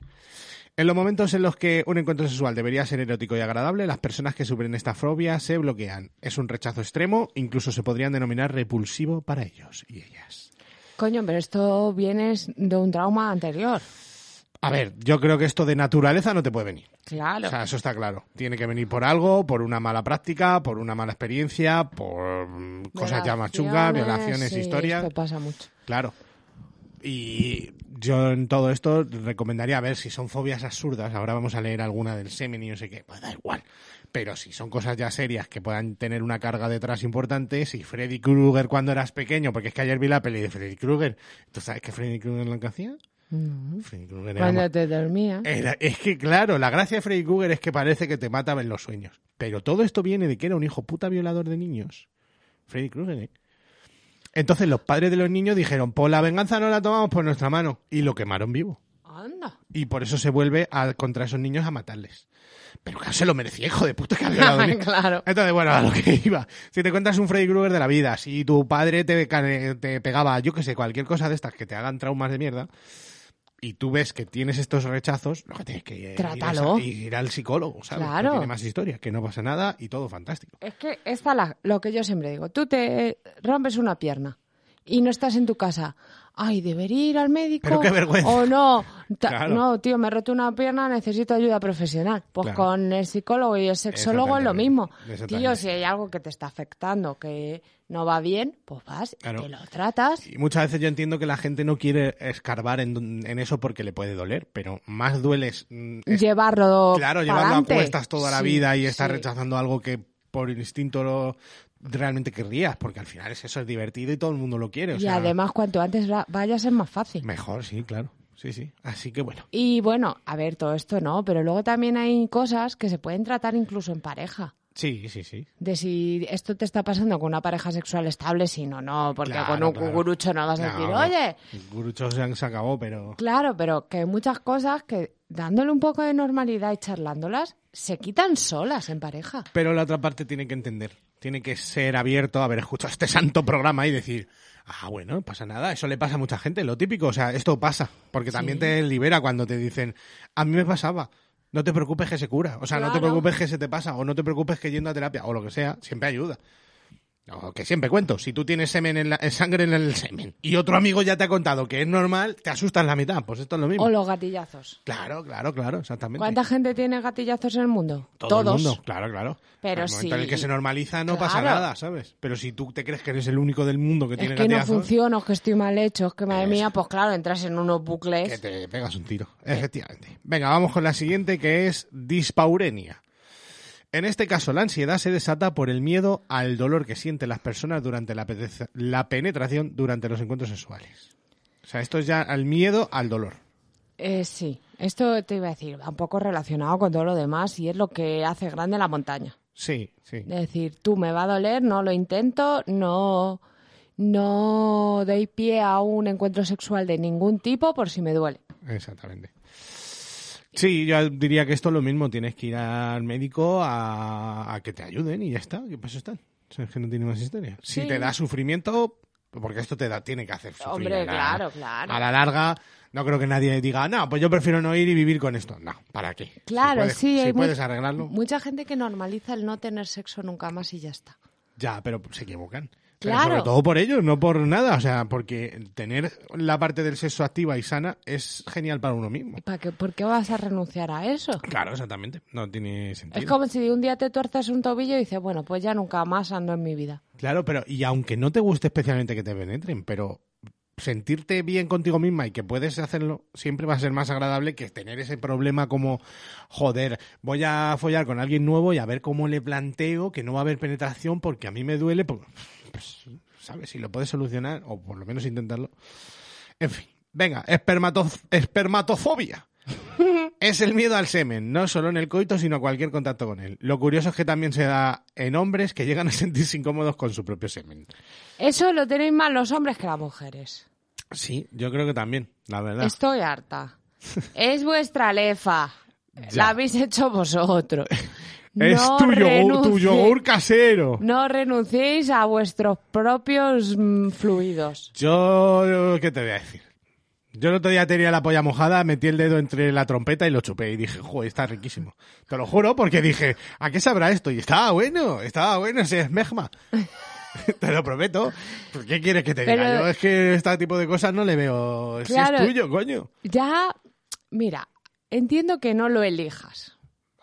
Speaker 3: En los momentos en los que un encuentro sexual debería ser erótico y agradable, las personas que sufren esta fobia se bloquean. Es un rechazo extremo, incluso se podrían denominar repulsivo para ellos y ellas.
Speaker 4: Coño, pero esto vienes de un trauma anterior.
Speaker 3: A ver, yo creo que esto de naturaleza no te puede venir.
Speaker 4: Claro.
Speaker 3: O sea, eso está claro. Tiene que venir por algo, por una mala práctica, por una mala experiencia, por mm, cosas ya más chungas, violaciones,
Speaker 4: sí,
Speaker 3: historias.
Speaker 4: Esto pasa mucho.
Speaker 3: Claro. Y yo en todo esto recomendaría a ver si son fobias absurdas. Ahora vamos a leer alguna del semen y no sé qué. Pues da igual. Pero si son cosas ya serias que puedan tener una carga detrás importante, si Freddy Krueger cuando eras pequeño, porque es que ayer vi la peli de Freddy Krueger. ¿Tú sabes que Freddy Krueger lo que hacía? Freddy Krueger era
Speaker 4: Cuando te dormías.
Speaker 3: era- es que, claro, la gracia de Freddy Krueger es que parece que te mataba en los sueños. Pero todo esto viene de que era un hijo puta violador de niños. Freddy Krueger, ¿eh? Entonces los padres de los niños dijeron, pues la venganza no la tomamos por nuestra mano. Y lo quemaron vivo.
Speaker 4: Anda.
Speaker 3: Y por eso se vuelve a, contra esos niños a matarles. Pero claro, se lo merecía, hijo de puta que ha violado niños.
Speaker 4: Claro.
Speaker 3: Entonces, bueno, a lo que iba. Si te cuentas un Freddy Krueger de la vida, si tu padre te, cane- te pegaba, yo que sé, cualquier cosa de estas que te hagan traumas de mierda, y tú ves que tienes estos rechazos, lo que tienes que ir,
Speaker 4: Trátalo.
Speaker 3: a- ir al psicólogo, ¿sabes?
Speaker 4: Claro.
Speaker 3: Que tiene más historia, que no pasa nada y todo fantástico.
Speaker 4: Es que está la- lo que yo siempre digo. Tú te rompes una pierna y no estás en tu casa. Ay, debería ir al médico.
Speaker 3: Pero qué vergüenza.
Speaker 4: O no. Ta-
Speaker 3: Claro.
Speaker 4: No, tío, me he roto una pierna, necesito ayuda profesional. Pues
Speaker 3: Claro.
Speaker 4: con el psicólogo y el sexólogo es lo
Speaker 3: Exactamente.
Speaker 4: mismo.
Speaker 3: Exactamente.
Speaker 4: Tío, si hay algo que te está afectando, que no va bien, pues vas, y
Speaker 3: Claro.
Speaker 4: te lo tratas.
Speaker 3: Y muchas veces yo entiendo que la gente no quiere escarbar en, en eso porque le puede doler, pero más dueles mm, es-
Speaker 4: llevarlo.
Speaker 3: Claro, llevarlo a
Speaker 4: pa'lante.
Speaker 3: cuestas toda la
Speaker 4: Sí,
Speaker 3: vida y estar
Speaker 4: sí.
Speaker 3: rechazando algo que por instinto lo- realmente querrías, porque al final es eso, es divertido y todo el mundo lo quiere. o
Speaker 4: Y
Speaker 3: sea,
Speaker 4: además, cuanto antes va- vayas es más fácil.
Speaker 3: Mejor, sí, claro. Sí, sí. Así que bueno.
Speaker 4: Y bueno, a ver, todo esto no, pero luego también hay cosas que se pueden tratar incluso en pareja.
Speaker 3: Sí, sí, sí.
Speaker 4: De si esto te está pasando con una pareja sexual estable, si no, no, porque
Speaker 3: Claro,
Speaker 4: con un
Speaker 3: claro.
Speaker 4: cucurucho no vas a decir,
Speaker 3: No,
Speaker 4: oye,
Speaker 3: el Gurucho se, se acabó, pero.
Speaker 4: claro, pero que hay muchas cosas que dándole un poco de normalidad y charlándolas, se quitan solas en pareja.
Speaker 3: Pero la otra parte tiene que entender. Tiene que ser abierto a haber escuchado este santo programa y decir, ah, bueno, no pasa nada. Eso le pasa a mucha gente, lo típico. O sea, esto pasa. Porque también te libera cuando te dicen, a mí me pasaba. No te preocupes que se cura. O sea, no te
Speaker 4: Claro.
Speaker 3: preocupes que se te pasa. O no te preocupes que yendo a terapia. O lo que sea, siempre ayuda. O que siempre cuento. Si tú tienes semen en la- eh, sangre en el semen y otro amigo ya te ha contado que es normal, te asustas la mitad. Pues esto es lo mismo.
Speaker 4: O los gatillazos.
Speaker 3: Claro, claro, claro, exactamente.
Speaker 4: ¿Cuánta gente tiene gatillazos en el mundo?
Speaker 3: Todo
Speaker 4: Todos.
Speaker 3: el mundo, claro, claro.
Speaker 4: Pero
Speaker 3: Al momento en el
Speaker 4: sí.
Speaker 3: que se normaliza no pasa
Speaker 4: Claro.
Speaker 3: nada, ¿sabes? Pero si tú te crees que eres el único del mundo que
Speaker 4: Es
Speaker 3: tiene
Speaker 4: que no
Speaker 3: gatillazos,
Speaker 4: funciona, es que estoy mal hecho, es que madre
Speaker 3: Eso.
Speaker 4: mía, pues claro, entras en unos bucles.
Speaker 3: que te pegas un tiro. Efectivamente. Venga, vamos con la siguiente que es dispaurenia. En este caso, la ansiedad se desata por el miedo al dolor que sienten las personas durante la, peteza- la penetración durante los encuentros sexuales. O sea, esto es ya el miedo al dolor.
Speaker 4: Eh, sí, esto te iba a decir, va un poco relacionado con todo lo demás y es lo que hace grande la montaña.
Speaker 3: Sí, sí.
Speaker 4: Es decir, tú me va a doler, no lo intento, no, no doy pie a un encuentro sexual de ningún tipo por si me duele.
Speaker 3: Exactamente. Sí, yo diría que esto es lo mismo. Tienes que ir al médico a, a que te ayuden y ya está. ¿Qué pasa está? O sea, es que no tiene más historia. Si
Speaker 4: Sí.
Speaker 3: te da sufrimiento, porque esto te da, tiene que hacer sufrir.
Speaker 4: Hombre,
Speaker 3: a la-
Speaker 4: claro, claro.
Speaker 3: A la larga, no creo que nadie diga, no, pues yo prefiero no ir y vivir con esto. No, ¿para qué? Si
Speaker 4: Claro,
Speaker 3: puedes-
Speaker 4: sí,
Speaker 3: Si
Speaker 4: hay mu-
Speaker 3: puedes arreglarlo,
Speaker 4: Mucha gente que normaliza el no tener sexo nunca más y ya está.
Speaker 3: ya, pero se equivocan.
Speaker 4: Claro.
Speaker 3: Pero sobre todo por ellos, no por nada. O sea, porque tener la parte del sexo activa y sana es genial para uno mismo.
Speaker 4: ¿Para qué, ¿Por qué vas a renunciar a eso?
Speaker 3: Claro, exactamente. No tiene sentido.
Speaker 4: Es como si un día te tuerces un tobillo y dices, bueno, pues ya nunca más ando en mi vida.
Speaker 3: Claro, pero y aunque no te guste especialmente que te penetren, pero sentirte bien contigo misma y que puedes hacerlo siempre va a ser más agradable que tener ese problema como joder, voy a follar con alguien nuevo y a ver cómo le planteo que no va a haber penetración porque a mí me duele, pues, pues, sabes, si lo puedes solucionar o por lo menos intentarlo. En fin, venga, espermatof- espermatofobia. Es el miedo al semen, no solo en el coito, sino a cualquier contacto con él. Lo curioso es que también se da en hombres que llegan a sentirse incómodos con su propio semen.
Speaker 4: Eso lo tenéis más los hombres que las mujeres.
Speaker 3: Sí, yo creo que también, la verdad.
Speaker 4: Estoy harta. Es vuestra lefa.
Speaker 3: Ya.
Speaker 4: La habéis hecho vosotros.
Speaker 3: es
Speaker 4: No
Speaker 3: tu, yogur, tu
Speaker 4: renuncie-
Speaker 3: yogur casero.
Speaker 4: No renunciéis a vuestros propios mm, fluidos.
Speaker 3: Yo, ¿qué te voy a decir? Yo el otro día tenía la polla mojada, metí el dedo entre la trompeta y lo chupé y dije, joder, está riquísimo. Te lo juro porque dije, ¿a qué sabrá esto? Y estaba bueno, estaba bueno ese esmegma. te lo prometo. ¿Por ¿Qué quieres que te diga?
Speaker 4: Pero-
Speaker 3: Yo es que este tipo de cosas no le veo. Si
Speaker 4: Claro.
Speaker 3: es tuyo, coño.
Speaker 4: Ya Mira, entiendo que no lo elijas,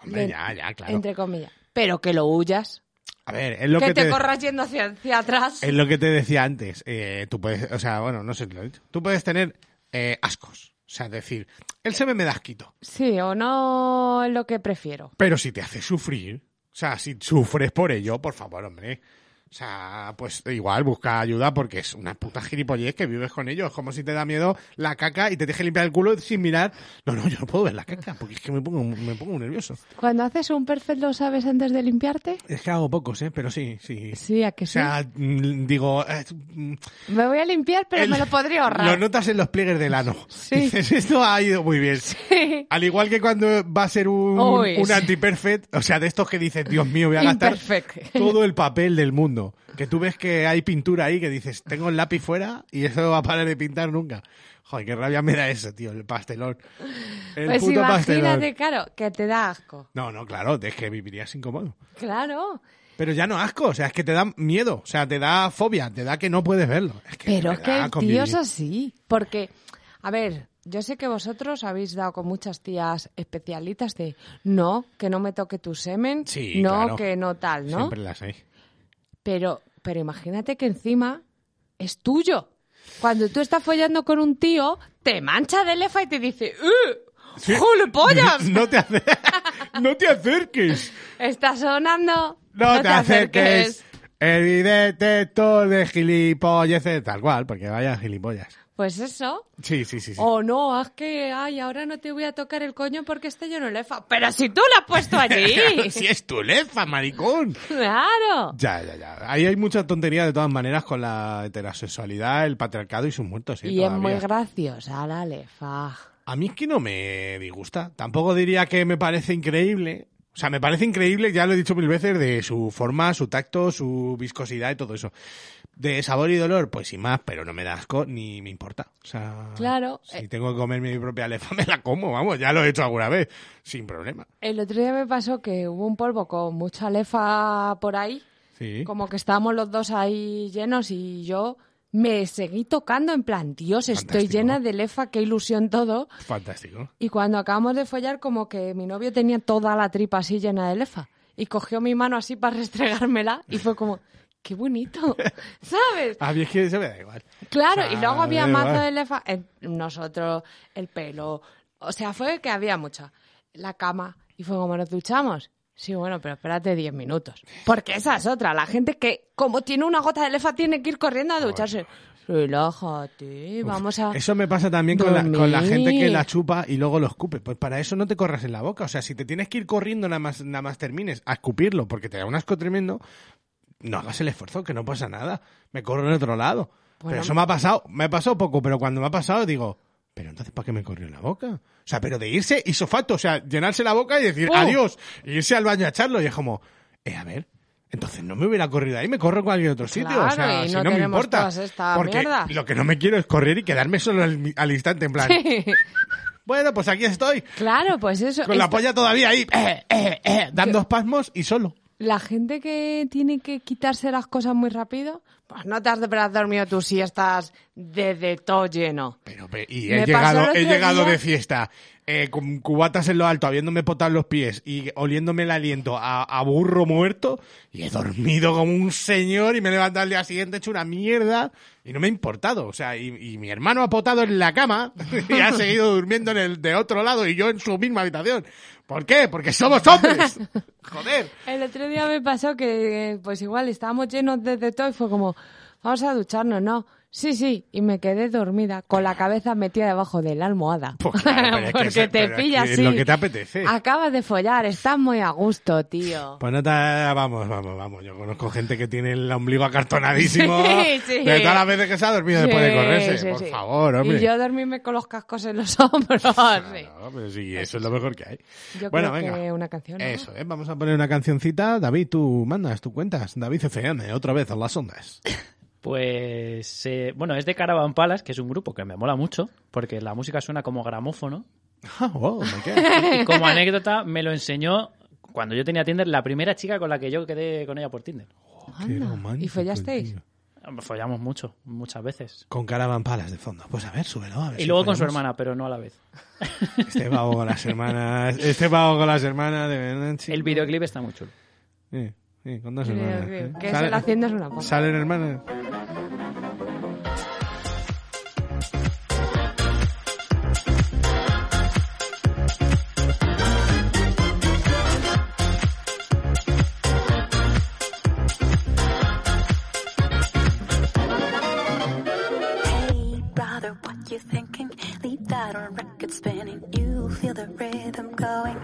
Speaker 3: Hombre,
Speaker 4: de-
Speaker 3: ya, ya, claro.
Speaker 4: entre comillas, pero que lo huyas,
Speaker 3: A ver, es lo
Speaker 4: que,
Speaker 3: que,
Speaker 4: te, corras yendo hacia, hacia atrás.
Speaker 3: Es lo que te decía antes. eh, tú puedes, o sea, bueno, no sé si lo he dicho. Tú puedes tener eh, ascos. O sea, decir, él se me me da asquito.
Speaker 4: Sí, o no es lo que prefiero.
Speaker 3: Pero si te hace sufrir, o sea, si sufres por ello, por favor, hombre. O sea, pues igual busca ayuda porque es una puta gilipollez que vives con ellos. Es como si te da miedo la caca y te deje limpiar el culo sin mirar. No, no, yo no puedo ver la caca porque es que me pongo, me pongo nervioso.
Speaker 4: Cuando haces un perfect, ¿lo sabes antes de limpiarte?
Speaker 3: Es que hago pocos, ¿eh? Pero sí, sí.
Speaker 4: Sí, a que
Speaker 3: O
Speaker 4: sí.
Speaker 3: sea, mm, digo, eh, mm,
Speaker 4: me voy a limpiar, pero
Speaker 3: El-
Speaker 4: me lo podría
Speaker 3: Lo
Speaker 4: ahorrar.
Speaker 3: notas en los pliegues del ano.
Speaker 4: Sí.
Speaker 3: Dices, esto ha ido muy bien.
Speaker 4: Sí.
Speaker 3: Al igual que cuando va a ser un,
Speaker 4: Uy,
Speaker 3: un
Speaker 4: sí.
Speaker 3: anti-perfect, o sea, de estos que dices, Dios mío, voy a gastar
Speaker 4: Imperfect.
Speaker 3: todo el papel del mundo. Que tú ves que hay pintura ahí, que dices, tengo el lápiz fuera y eso no va a parar de pintar nunca. Joder, qué rabia me da eso, tío, el pastelón. El
Speaker 4: Pues
Speaker 3: puto
Speaker 4: imagínate,
Speaker 3: pastelón.
Speaker 4: claro, que te da asco.
Speaker 3: No, no, claro, es que vivirías incómodo.
Speaker 4: Claro.
Speaker 3: Pero ya no asco, o sea, es que te da miedo, o sea, te da fobia, te da que no puedes verlo. Es que
Speaker 4: Pero
Speaker 3: me
Speaker 4: es que
Speaker 3: da
Speaker 4: el
Speaker 3: convivir.
Speaker 4: tío es así. Porque, a ver, yo sé que vosotros habéis dado con muchas tías especialitas de no, que no me toque tu semen,
Speaker 3: Sí,
Speaker 4: no,
Speaker 3: claro.
Speaker 4: que no tal, ¿no?
Speaker 3: Siempre las hay.
Speaker 4: Pero, pero imagínate que encima es tuyo. Cuando tú estás follando con un tío, te mancha de lefa y te dice ¡Uh!
Speaker 3: Sí.
Speaker 4: ¡Julipollas!
Speaker 3: No te, ace- no te acerques.
Speaker 4: Está sonando.
Speaker 3: No, te, acerques. El detector de gilipolleces, tal cual, porque vaya gilipollas.
Speaker 4: Pues eso.
Speaker 3: Sí, sí, sí. sí.
Speaker 4: O no, es que, ay, ahora no te voy a tocar el coño porque este está lleno de lefa. Pero si tú la has puesto allí.
Speaker 3: si es tu lefa, maricón.
Speaker 4: Claro.
Speaker 3: Ya, ya, ya. Ahí hay mucha tontería de todas maneras con la heterosexualidad, el patriarcado y sus muertos. ¿eh?
Speaker 4: y es muy
Speaker 3: Todavía. Ah,
Speaker 4: graciosa la lefa.
Speaker 3: A mí es que no me disgusta. Tampoco diría que me parece increíble. O sea, me parece increíble, ya lo he dicho mil veces, de su forma, su tacto, su viscosidad y todo eso. De sabor y dolor, pues sin más, pero no me da asco ni me importa. O sea,
Speaker 4: Claro,
Speaker 3: si
Speaker 4: eh.
Speaker 3: tengo que comerme mi propia lefa, me la como, vamos, ya lo he hecho alguna vez, sin problema.
Speaker 4: El otro día me pasó que hubo un polvo con mucha lefa por ahí.
Speaker 3: Sí.
Speaker 4: Como que estábamos los dos ahí llenos y yo me seguí tocando en plan, Dios, estoy
Speaker 3: Fantástico.
Speaker 4: llena de lefa, qué ilusión todo.
Speaker 3: Fantástico.
Speaker 4: Y cuando acabamos de follar, como que mi novio tenía toda la tripa así llena de lefa. Y cogió mi mano así para restregármela y fue como, qué bonito, ¿sabes?
Speaker 3: A mí es que se me da igual.
Speaker 4: Claro,
Speaker 3: O sea,
Speaker 4: y luego había
Speaker 3: me Ah, da
Speaker 4: mazo
Speaker 3: igual.
Speaker 4: de lefa, en nosotros, el pelo, o sea, fue que había mucha. La cama, y fue como nos duchamos. Sí, bueno, pero espérate 10 minutos. Porque esa es otra, la gente que como tiene una gota de lefa tiene que ir
Speaker 3: Ah,
Speaker 4: corriendo a ducharse. Relájate, vamos a...
Speaker 3: Eso me pasa también con la, con la
Speaker 4: Dormir.
Speaker 3: gente que la chupa y luego lo escupe. Pues para eso no te corras en la boca. O sea, si te tienes que ir corriendo nada más, nada más termines a escupirlo porque te da un asco tremendo, no hagas el esfuerzo, que no pasa nada. Me corro en otro lado.
Speaker 4: Bueno.
Speaker 3: pero eso me ha pasado. Me ha pasado poco, pero cuando me ha pasado digo, pero entonces ¿para qué me corrió en la boca? O sea, pero de irse isofato, o sea, llenarse la boca y decir
Speaker 4: ¡Oh!
Speaker 3: adiós, e irse al baño a echarlo. Y es como, eh, a ver. Entonces no me hubiera corrido ahí, me corro en cualquier otro sitio. o
Speaker 4: Claro,
Speaker 3: sea,
Speaker 4: y
Speaker 3: si
Speaker 4: no
Speaker 3: no me
Speaker 4: tenemos
Speaker 3: importa.
Speaker 4: todas esta
Speaker 3: porque
Speaker 4: mierda.
Speaker 3: lo que no me quiero es correr y quedarme solo al, al instante, en plan. Bueno, pues aquí estoy,
Speaker 4: Claro, pues eso.
Speaker 3: con la
Speaker 4: esta-
Speaker 3: polla todavía ahí, eh, eh, eh, dando espasmos y solo.
Speaker 4: La gente que tiene que quitarse las cosas muy rápido, pues no te has de haber dormido tú si estás desde todo lleno.
Speaker 3: Pero, pe- y
Speaker 4: Me
Speaker 3: he
Speaker 4: pasó el
Speaker 3: llegado,
Speaker 4: otro
Speaker 3: he llegado
Speaker 4: día-
Speaker 3: de fiesta, eh, con cubatas en lo alto, habiéndome potado los pies y oliéndome el aliento a, a burro muerto, y he dormido como un señor y me he levantado al día siguiente hecho una mierda, y no me ha importado. O sea, y, y mi hermano ha potado en la cama y ha seguido durmiendo en el de otro lado y yo en su misma habitación. ¿Por qué? Porque somos hombres. Joder.
Speaker 4: El otro día me pasó que, eh, pues igual, estábamos llenos desde todo y fue como, vamos a ducharnos, ¿no? Sí, sí, y me quedé dormida, con la cabeza metida debajo de la almohada.
Speaker 3: Pues claro, pero es que
Speaker 4: Porque
Speaker 3: eso-
Speaker 4: te
Speaker 3: pero es
Speaker 4: pillas
Speaker 3: que es lo que te apetece.
Speaker 4: Acabas de follar, estás muy a gusto, tío.
Speaker 3: Pues no te... Vamos, vamos, vamos. Yo conozco gente que tiene el ombligo acartonadísimo
Speaker 4: Sí, sí.
Speaker 3: de todas las veces que se ha dormido después de
Speaker 4: Sí,
Speaker 3: correrse.
Speaker 4: sí,
Speaker 3: Por
Speaker 4: sí.
Speaker 3: favor, hombre.
Speaker 4: Y yo dormirme con los cascos en los hombros. sí.
Speaker 3: No, pero sí, eso es lo mejor que hay.
Speaker 4: Yo
Speaker 3: bueno,
Speaker 4: creo
Speaker 3: venga.
Speaker 4: que una canción. ¿no?
Speaker 3: Eso, ¿eh? Vamos a poner una cancioncita. David, tú mandas, tú cuentas. David FM, otra vez a las ondas.
Speaker 5: Pues, eh, bueno, es de Caravan Palace, que es un grupo que me mola mucho, porque la música suena como gramófono.
Speaker 3: Ah, wow, me queda.
Speaker 5: Y como anécdota, me lo enseñó cuando yo tenía Tinder, la primera chica con la que yo quedé con ella por Tinder.
Speaker 3: Qué
Speaker 4: Anda.
Speaker 3: romántico,
Speaker 4: ¿Y follasteis?
Speaker 3: tío.
Speaker 5: Follamos mucho, muchas veces.
Speaker 3: Con Caravan Palas de fondo. Pues a ver, súbelo. A ver
Speaker 5: Y
Speaker 3: si
Speaker 5: luego con su
Speaker 3: podemos.
Speaker 5: hermana, pero no a la vez.
Speaker 3: Este vago con las hermanas. Este vago con las hermanas, de verdad. chico.
Speaker 5: El videoclip está muy chulo.
Speaker 3: Sí, sí, con dos hermanas. ¿eh?
Speaker 4: Creo Que eso
Speaker 3: Sale-
Speaker 4: lo haciendo es una poca.
Speaker 3: Salen hermanas.
Speaker 7: Hey, brother, what you thinking? Leave that old record spinning. You feel the rhythm going.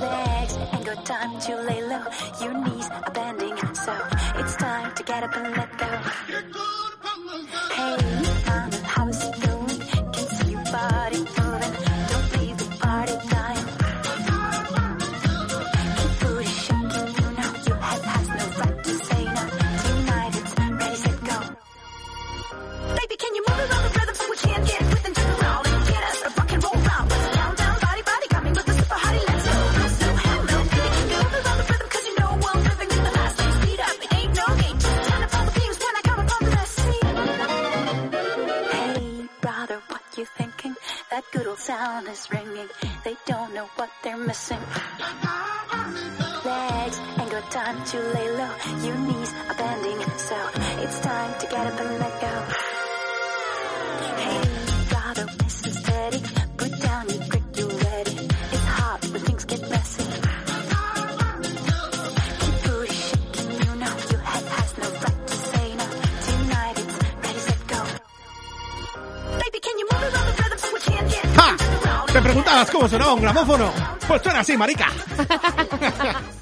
Speaker 7: Legs ain't got time to lay low. Your knees are bending, so it's time to get up and let go. Hey, mama, how is it going? Can see your body moving. Don't leave the party time. Keep booty shaking, you know your head has no right to say no. Tonight it's ready, set, go. Baby, can you move it on the rhythm so we can get with and just the roll and get us a rock and roll round? With a down, down, body, body coming with the super hottie. Let's go, go, so hello. Baby, can you move it on the rhythm? Cause you know I'm living in the past. Like speed up, it ain't no game. Just turn up all the beams when I come upon the scene. Hey, brother, what you thinking? That good old sound is ringing. They don't know what they're missing. Legs ain't got time to lay low. Your knees are bending, so it's time to get up and let go. Hey, brother, this is steady. Put down your grip, you're ready. It's hard when things get messy. Keep booty shaking, you know your head has no right to say no. Tonight it's ready, set, go. Baby, can you move it on the rhythm so we can get
Speaker 3: ¡Ja!
Speaker 7: round
Speaker 3: ¿Te preguntabas cómo sonaba un gramófono? Pues suena así, marica.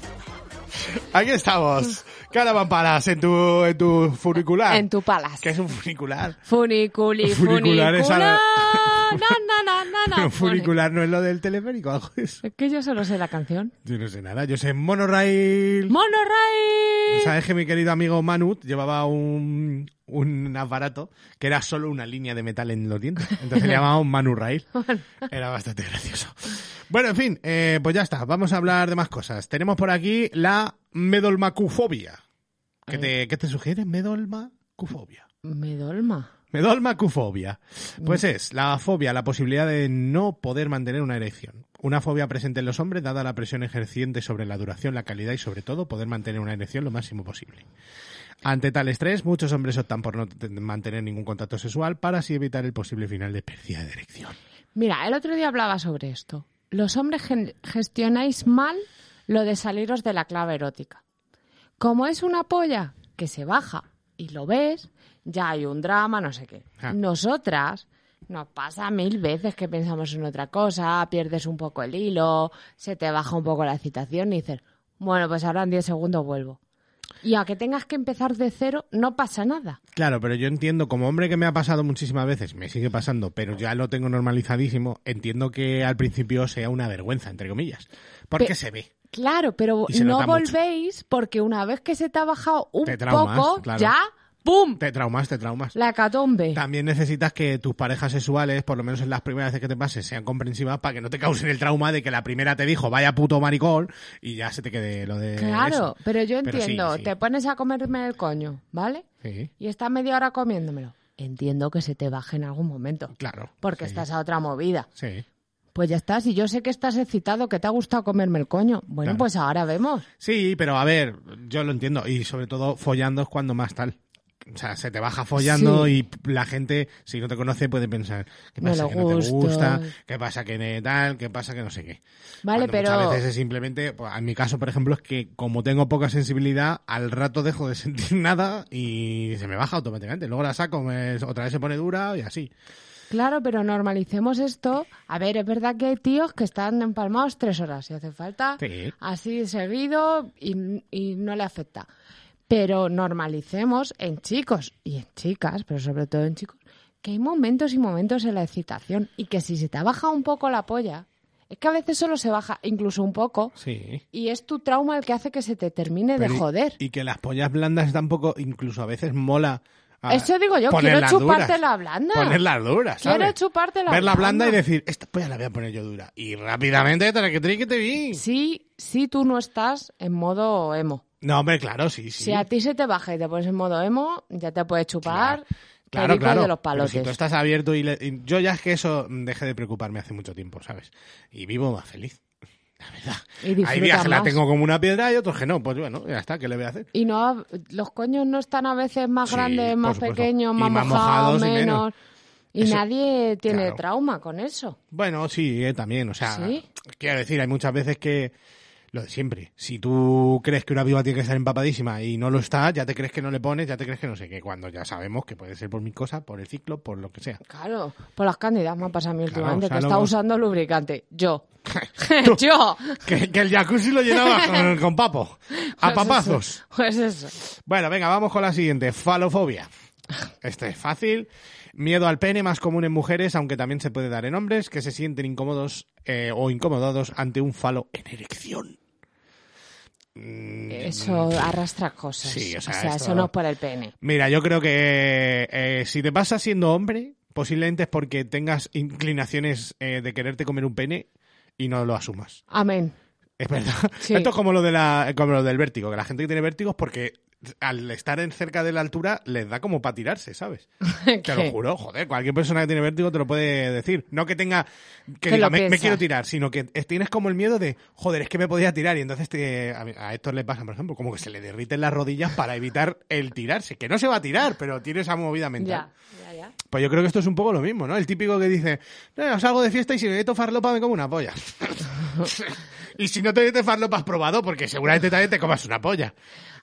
Speaker 3: Aquí estamos. Caravan Palas en tu, en tu funicular.
Speaker 4: En tu palas.
Speaker 3: ¿Qué es un funicular?
Speaker 4: Funiculi,
Speaker 3: Funicular
Speaker 4: funicular.
Speaker 3: es algo-
Speaker 4: No, no, no, no,
Speaker 3: Pero
Speaker 4: no.
Speaker 3: un funicular no es lo del teleférico, algo de eso.
Speaker 4: Es que yo solo sé la canción.
Speaker 3: Yo no sé nada, yo sé monorail.
Speaker 4: ¡Monorail!
Speaker 3: ¿Sabes que mi querido amigo Manut llevaba un, un aparato que era solo una línea de metal en los dientes? Entonces le llamaban Manurail. Era bastante gracioso. Bueno, en fin, eh, pues ya está. Vamos a hablar de más cosas. Tenemos por aquí la medolmacufobia. ¿Qué te, ¿qué te sugiere? Medolmacufobia.
Speaker 4: Eh, Me dolma.
Speaker 3: Medolmacufobia. Pues es la fobia, la posibilidad de no poder mantener una erección. Una fobia presente en los hombres dada la presión ejerciente sobre la duración, la calidad y sobre todo poder mantener una erección lo máximo posible. Ante tal estrés, muchos hombres optan por no te- mantener ningún contacto sexual para así evitar el posible final de pérdida de erección.
Speaker 4: Mira, el otro día hablaba sobre esto. Los hombres gen- gestionáis mal lo de saliros de la clave erótica. Como es una polla que se baja y lo ves, ya hay un drama, no sé qué.
Speaker 3: Ah.
Speaker 4: Nosotras nos pasa mil veces que pensamos en otra cosa, pierdes un poco el hilo, se te baja un poco la excitación y dices, bueno, pues ahora en 10 segundos vuelvo. Y aunque tengas que empezar de cero, no pasa nada.
Speaker 3: Claro, pero yo entiendo, como hombre que me ha pasado muchísimas veces, me sigue pasando, pero ya lo tengo normalizadísimo, entiendo que al principio sea una vergüenza, entre comillas, porque
Speaker 4: Pe-
Speaker 3: se ve.
Speaker 4: Claro, pero
Speaker 3: Y se
Speaker 4: no
Speaker 3: nota mucho.
Speaker 4: volvéis porque una vez que se te ha bajado un
Speaker 3: Te traumas,
Speaker 4: poco,
Speaker 3: claro.
Speaker 4: ya, ¡pum!
Speaker 3: Te traumas, te traumas.
Speaker 4: La hecatombe.
Speaker 3: También necesitas que tus parejas sexuales, por lo menos en las primeras veces que te pases, sean comprensivas para que no te causen el trauma de que la primera te dijo vaya puto maricón y ya se te quede lo de.
Speaker 4: Claro,
Speaker 3: eso.
Speaker 4: pero yo
Speaker 3: Pero sí,
Speaker 4: entiendo,
Speaker 3: sí.
Speaker 4: te pones a comerme el coño, ¿vale?
Speaker 3: Sí,
Speaker 4: Y estás media hora comiéndomelo. Entiendo que se te baje en algún momento,
Speaker 3: claro.
Speaker 4: porque
Speaker 3: sí,
Speaker 4: estás a otra movida.
Speaker 3: Sí.
Speaker 4: Pues ya estás, y yo sé que estás excitado, que te ha gustado comerme el coño. Bueno,
Speaker 3: Claro.
Speaker 4: pues ahora vemos.
Speaker 3: Sí, pero a ver, yo lo entiendo. Y sobre todo, follando es cuando más tal. O sea, se te baja follando y la gente, si no te conoce, puede pensar, ¿qué
Speaker 4: No
Speaker 3: pasa?
Speaker 4: le
Speaker 3: que no te
Speaker 4: gusta.
Speaker 3: gusta, ¿qué pasa? Que ne- tal, ¿qué pasa? Que no sé qué.
Speaker 4: Vale,
Speaker 3: Cuando
Speaker 4: pero...
Speaker 3: Muchas veces es simplemente, pues, en mi caso, por ejemplo, es que como tengo poca sensibilidad, al rato dejo de sentir nada y se me baja automáticamente. Luego la saco, me- otra vez se pone dura y así.
Speaker 4: Claro, pero normalicemos esto. A ver, es verdad que hay tíos que están empalmados tres horas, si hace falta,
Speaker 3: Sí.
Speaker 4: así seguido y, y no le afecta. Pero normalicemos en chicos y en chicas, pero sobre todo en chicos, que hay momentos y momentos en la excitación y que si se te baja un poco la polla, es que a veces solo se baja incluso un poco
Speaker 3: Sí.
Speaker 4: y es tu trauma el que hace que se te termine
Speaker 3: Pero
Speaker 4: de
Speaker 3: y-
Speaker 4: joder.
Speaker 3: Y, que las pollas blandas tampoco, incluso a veces mola. ah,
Speaker 4: Eso digo yo, quiero
Speaker 3: ponerlas
Speaker 4: chuparte
Speaker 3: duras.
Speaker 4: la blanda.
Speaker 3: Ponerlas duras,
Speaker 4: Quiero
Speaker 3: ¿sabes?
Speaker 4: chuparte la
Speaker 3: Verla blanda y
Speaker 4: blanda.
Speaker 3: decir, esta polla la voy a poner yo dura. Y rápidamente, tras que te vi.
Speaker 4: Sí, sí tú no estás en modo emo.
Speaker 3: No, hombre, claro, sí, sí.
Speaker 4: Si a ti se te baja y te pones en modo emo, ya te puedes chupar
Speaker 3: Claro,
Speaker 4: pericos
Speaker 3: claro.
Speaker 4: de los
Speaker 3: Pero
Speaker 4: palotes.
Speaker 3: si tú estás abierto y, le- y yo ya es que eso mm, dejé de preocuparme hace mucho tiempo, ¿sabes? Y vivo más feliz. La verdad.
Speaker 4: Y disfrutas
Speaker 3: Hay días que la
Speaker 4: más.
Speaker 3: tengo como una piedra y otros que no. Pues bueno, ya está, ¿qué le voy a hacer?
Speaker 4: Y no, los coños no están a veces más
Speaker 3: Sí,
Speaker 4: grandes,
Speaker 3: por
Speaker 4: más
Speaker 3: supuesto.
Speaker 4: pequeños,
Speaker 3: Y
Speaker 4: más,
Speaker 3: más
Speaker 4: mojados,
Speaker 3: mojados y
Speaker 4: menos. Y,
Speaker 3: menos. Eso-
Speaker 4: nadie tiene
Speaker 3: claro.
Speaker 4: trauma con eso.
Speaker 3: Bueno, sí, eh, también, o sea,
Speaker 4: ¿Sí?
Speaker 3: quiero decir, hay muchas veces que lo de siempre, si tú crees que una viva tiene que estar empapadísima y no lo está, ya te crees que no le pones, ya te crees que no sé qué, cuando ya sabemos que puede ser por mil cosas, por el ciclo, por lo que sea.
Speaker 4: Claro, por las cándidas me ha pasado a mí
Speaker 3: Claro,
Speaker 4: últimamente,
Speaker 3: o sea,
Speaker 4: que
Speaker 3: lo
Speaker 4: está
Speaker 3: hemos-
Speaker 4: usando lubricante. Yo.
Speaker 3: Tú.
Speaker 4: Yo.
Speaker 3: Que, que el jacuzzi lo llenaba con, con papo, a
Speaker 4: Pues
Speaker 3: papazos.
Speaker 4: eso, Pues eso.
Speaker 3: Bueno, venga, vamos con la siguiente, falofobia. Este es fácil. Miedo al pene, más común en mujeres, aunque también se puede dar en hombres, que se sienten incómodos eh, o incomodados ante un falo en erección. Mm,
Speaker 4: Eso arrastra cosas.
Speaker 3: Sí, o sea, esto-
Speaker 4: eso no es por el pene.
Speaker 3: Mira, yo creo que eh, si te pasa siendo hombre, posiblemente es porque tengas inclinaciones eh, de quererte comer un pene y no lo asumas.
Speaker 4: Amén.
Speaker 3: Es verdad.
Speaker 4: Sí.
Speaker 3: Esto es como lo, de la, como lo del vértigo, que la gente que tiene vértigo es porque al estar en cerca de la altura les da como para tirarse, ¿sabes? Te lo
Speaker 4: ¿Qué?
Speaker 3: juro, joder, cualquier persona que tiene vértigo te lo puede decir. No que tenga, que
Speaker 4: Que lo
Speaker 3: diga, me, me
Speaker 4: piensa".
Speaker 3: quiero tirar, sino que es- tienes como el miedo de, joder, es que me podía tirar. Y entonces te- a, mí- a estos les pasa, por ejemplo, como que se le derriten las rodillas para evitar el tirarse. Que no se va a tirar, pero tiene esa movida mental.
Speaker 4: Ya, ya, ya.
Speaker 3: Pues yo creo que esto es un poco lo mismo, ¿no? El típico que dice, no, no, salgo de fiesta y si me meto farlopa me como una polla. y si no te metes farlopa has probado, porque seguramente también te comas una polla.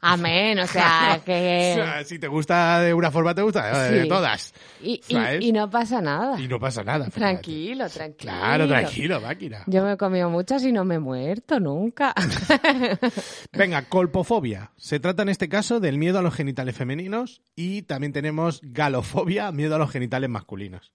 Speaker 4: Amén, o sea,
Speaker 3: O
Speaker 4: que...
Speaker 3: sea, si te gusta de una forma, te gusta de, de
Speaker 4: Eh. Sí.
Speaker 3: todas.
Speaker 4: Y, y-
Speaker 3: ¿Sabes?
Speaker 4: y no pasa nada.
Speaker 3: Y no pasa nada. fíjate.
Speaker 4: Tranquilo, tranquilo.
Speaker 3: Claro, tranquilo, máquina.
Speaker 4: Yo me he comido muchas y no me he muerto nunca.
Speaker 3: Venga, colpofobia. Se trata en este caso del miedo a los genitales femeninos y también tenemos galofobia, miedo a los genitales masculinos.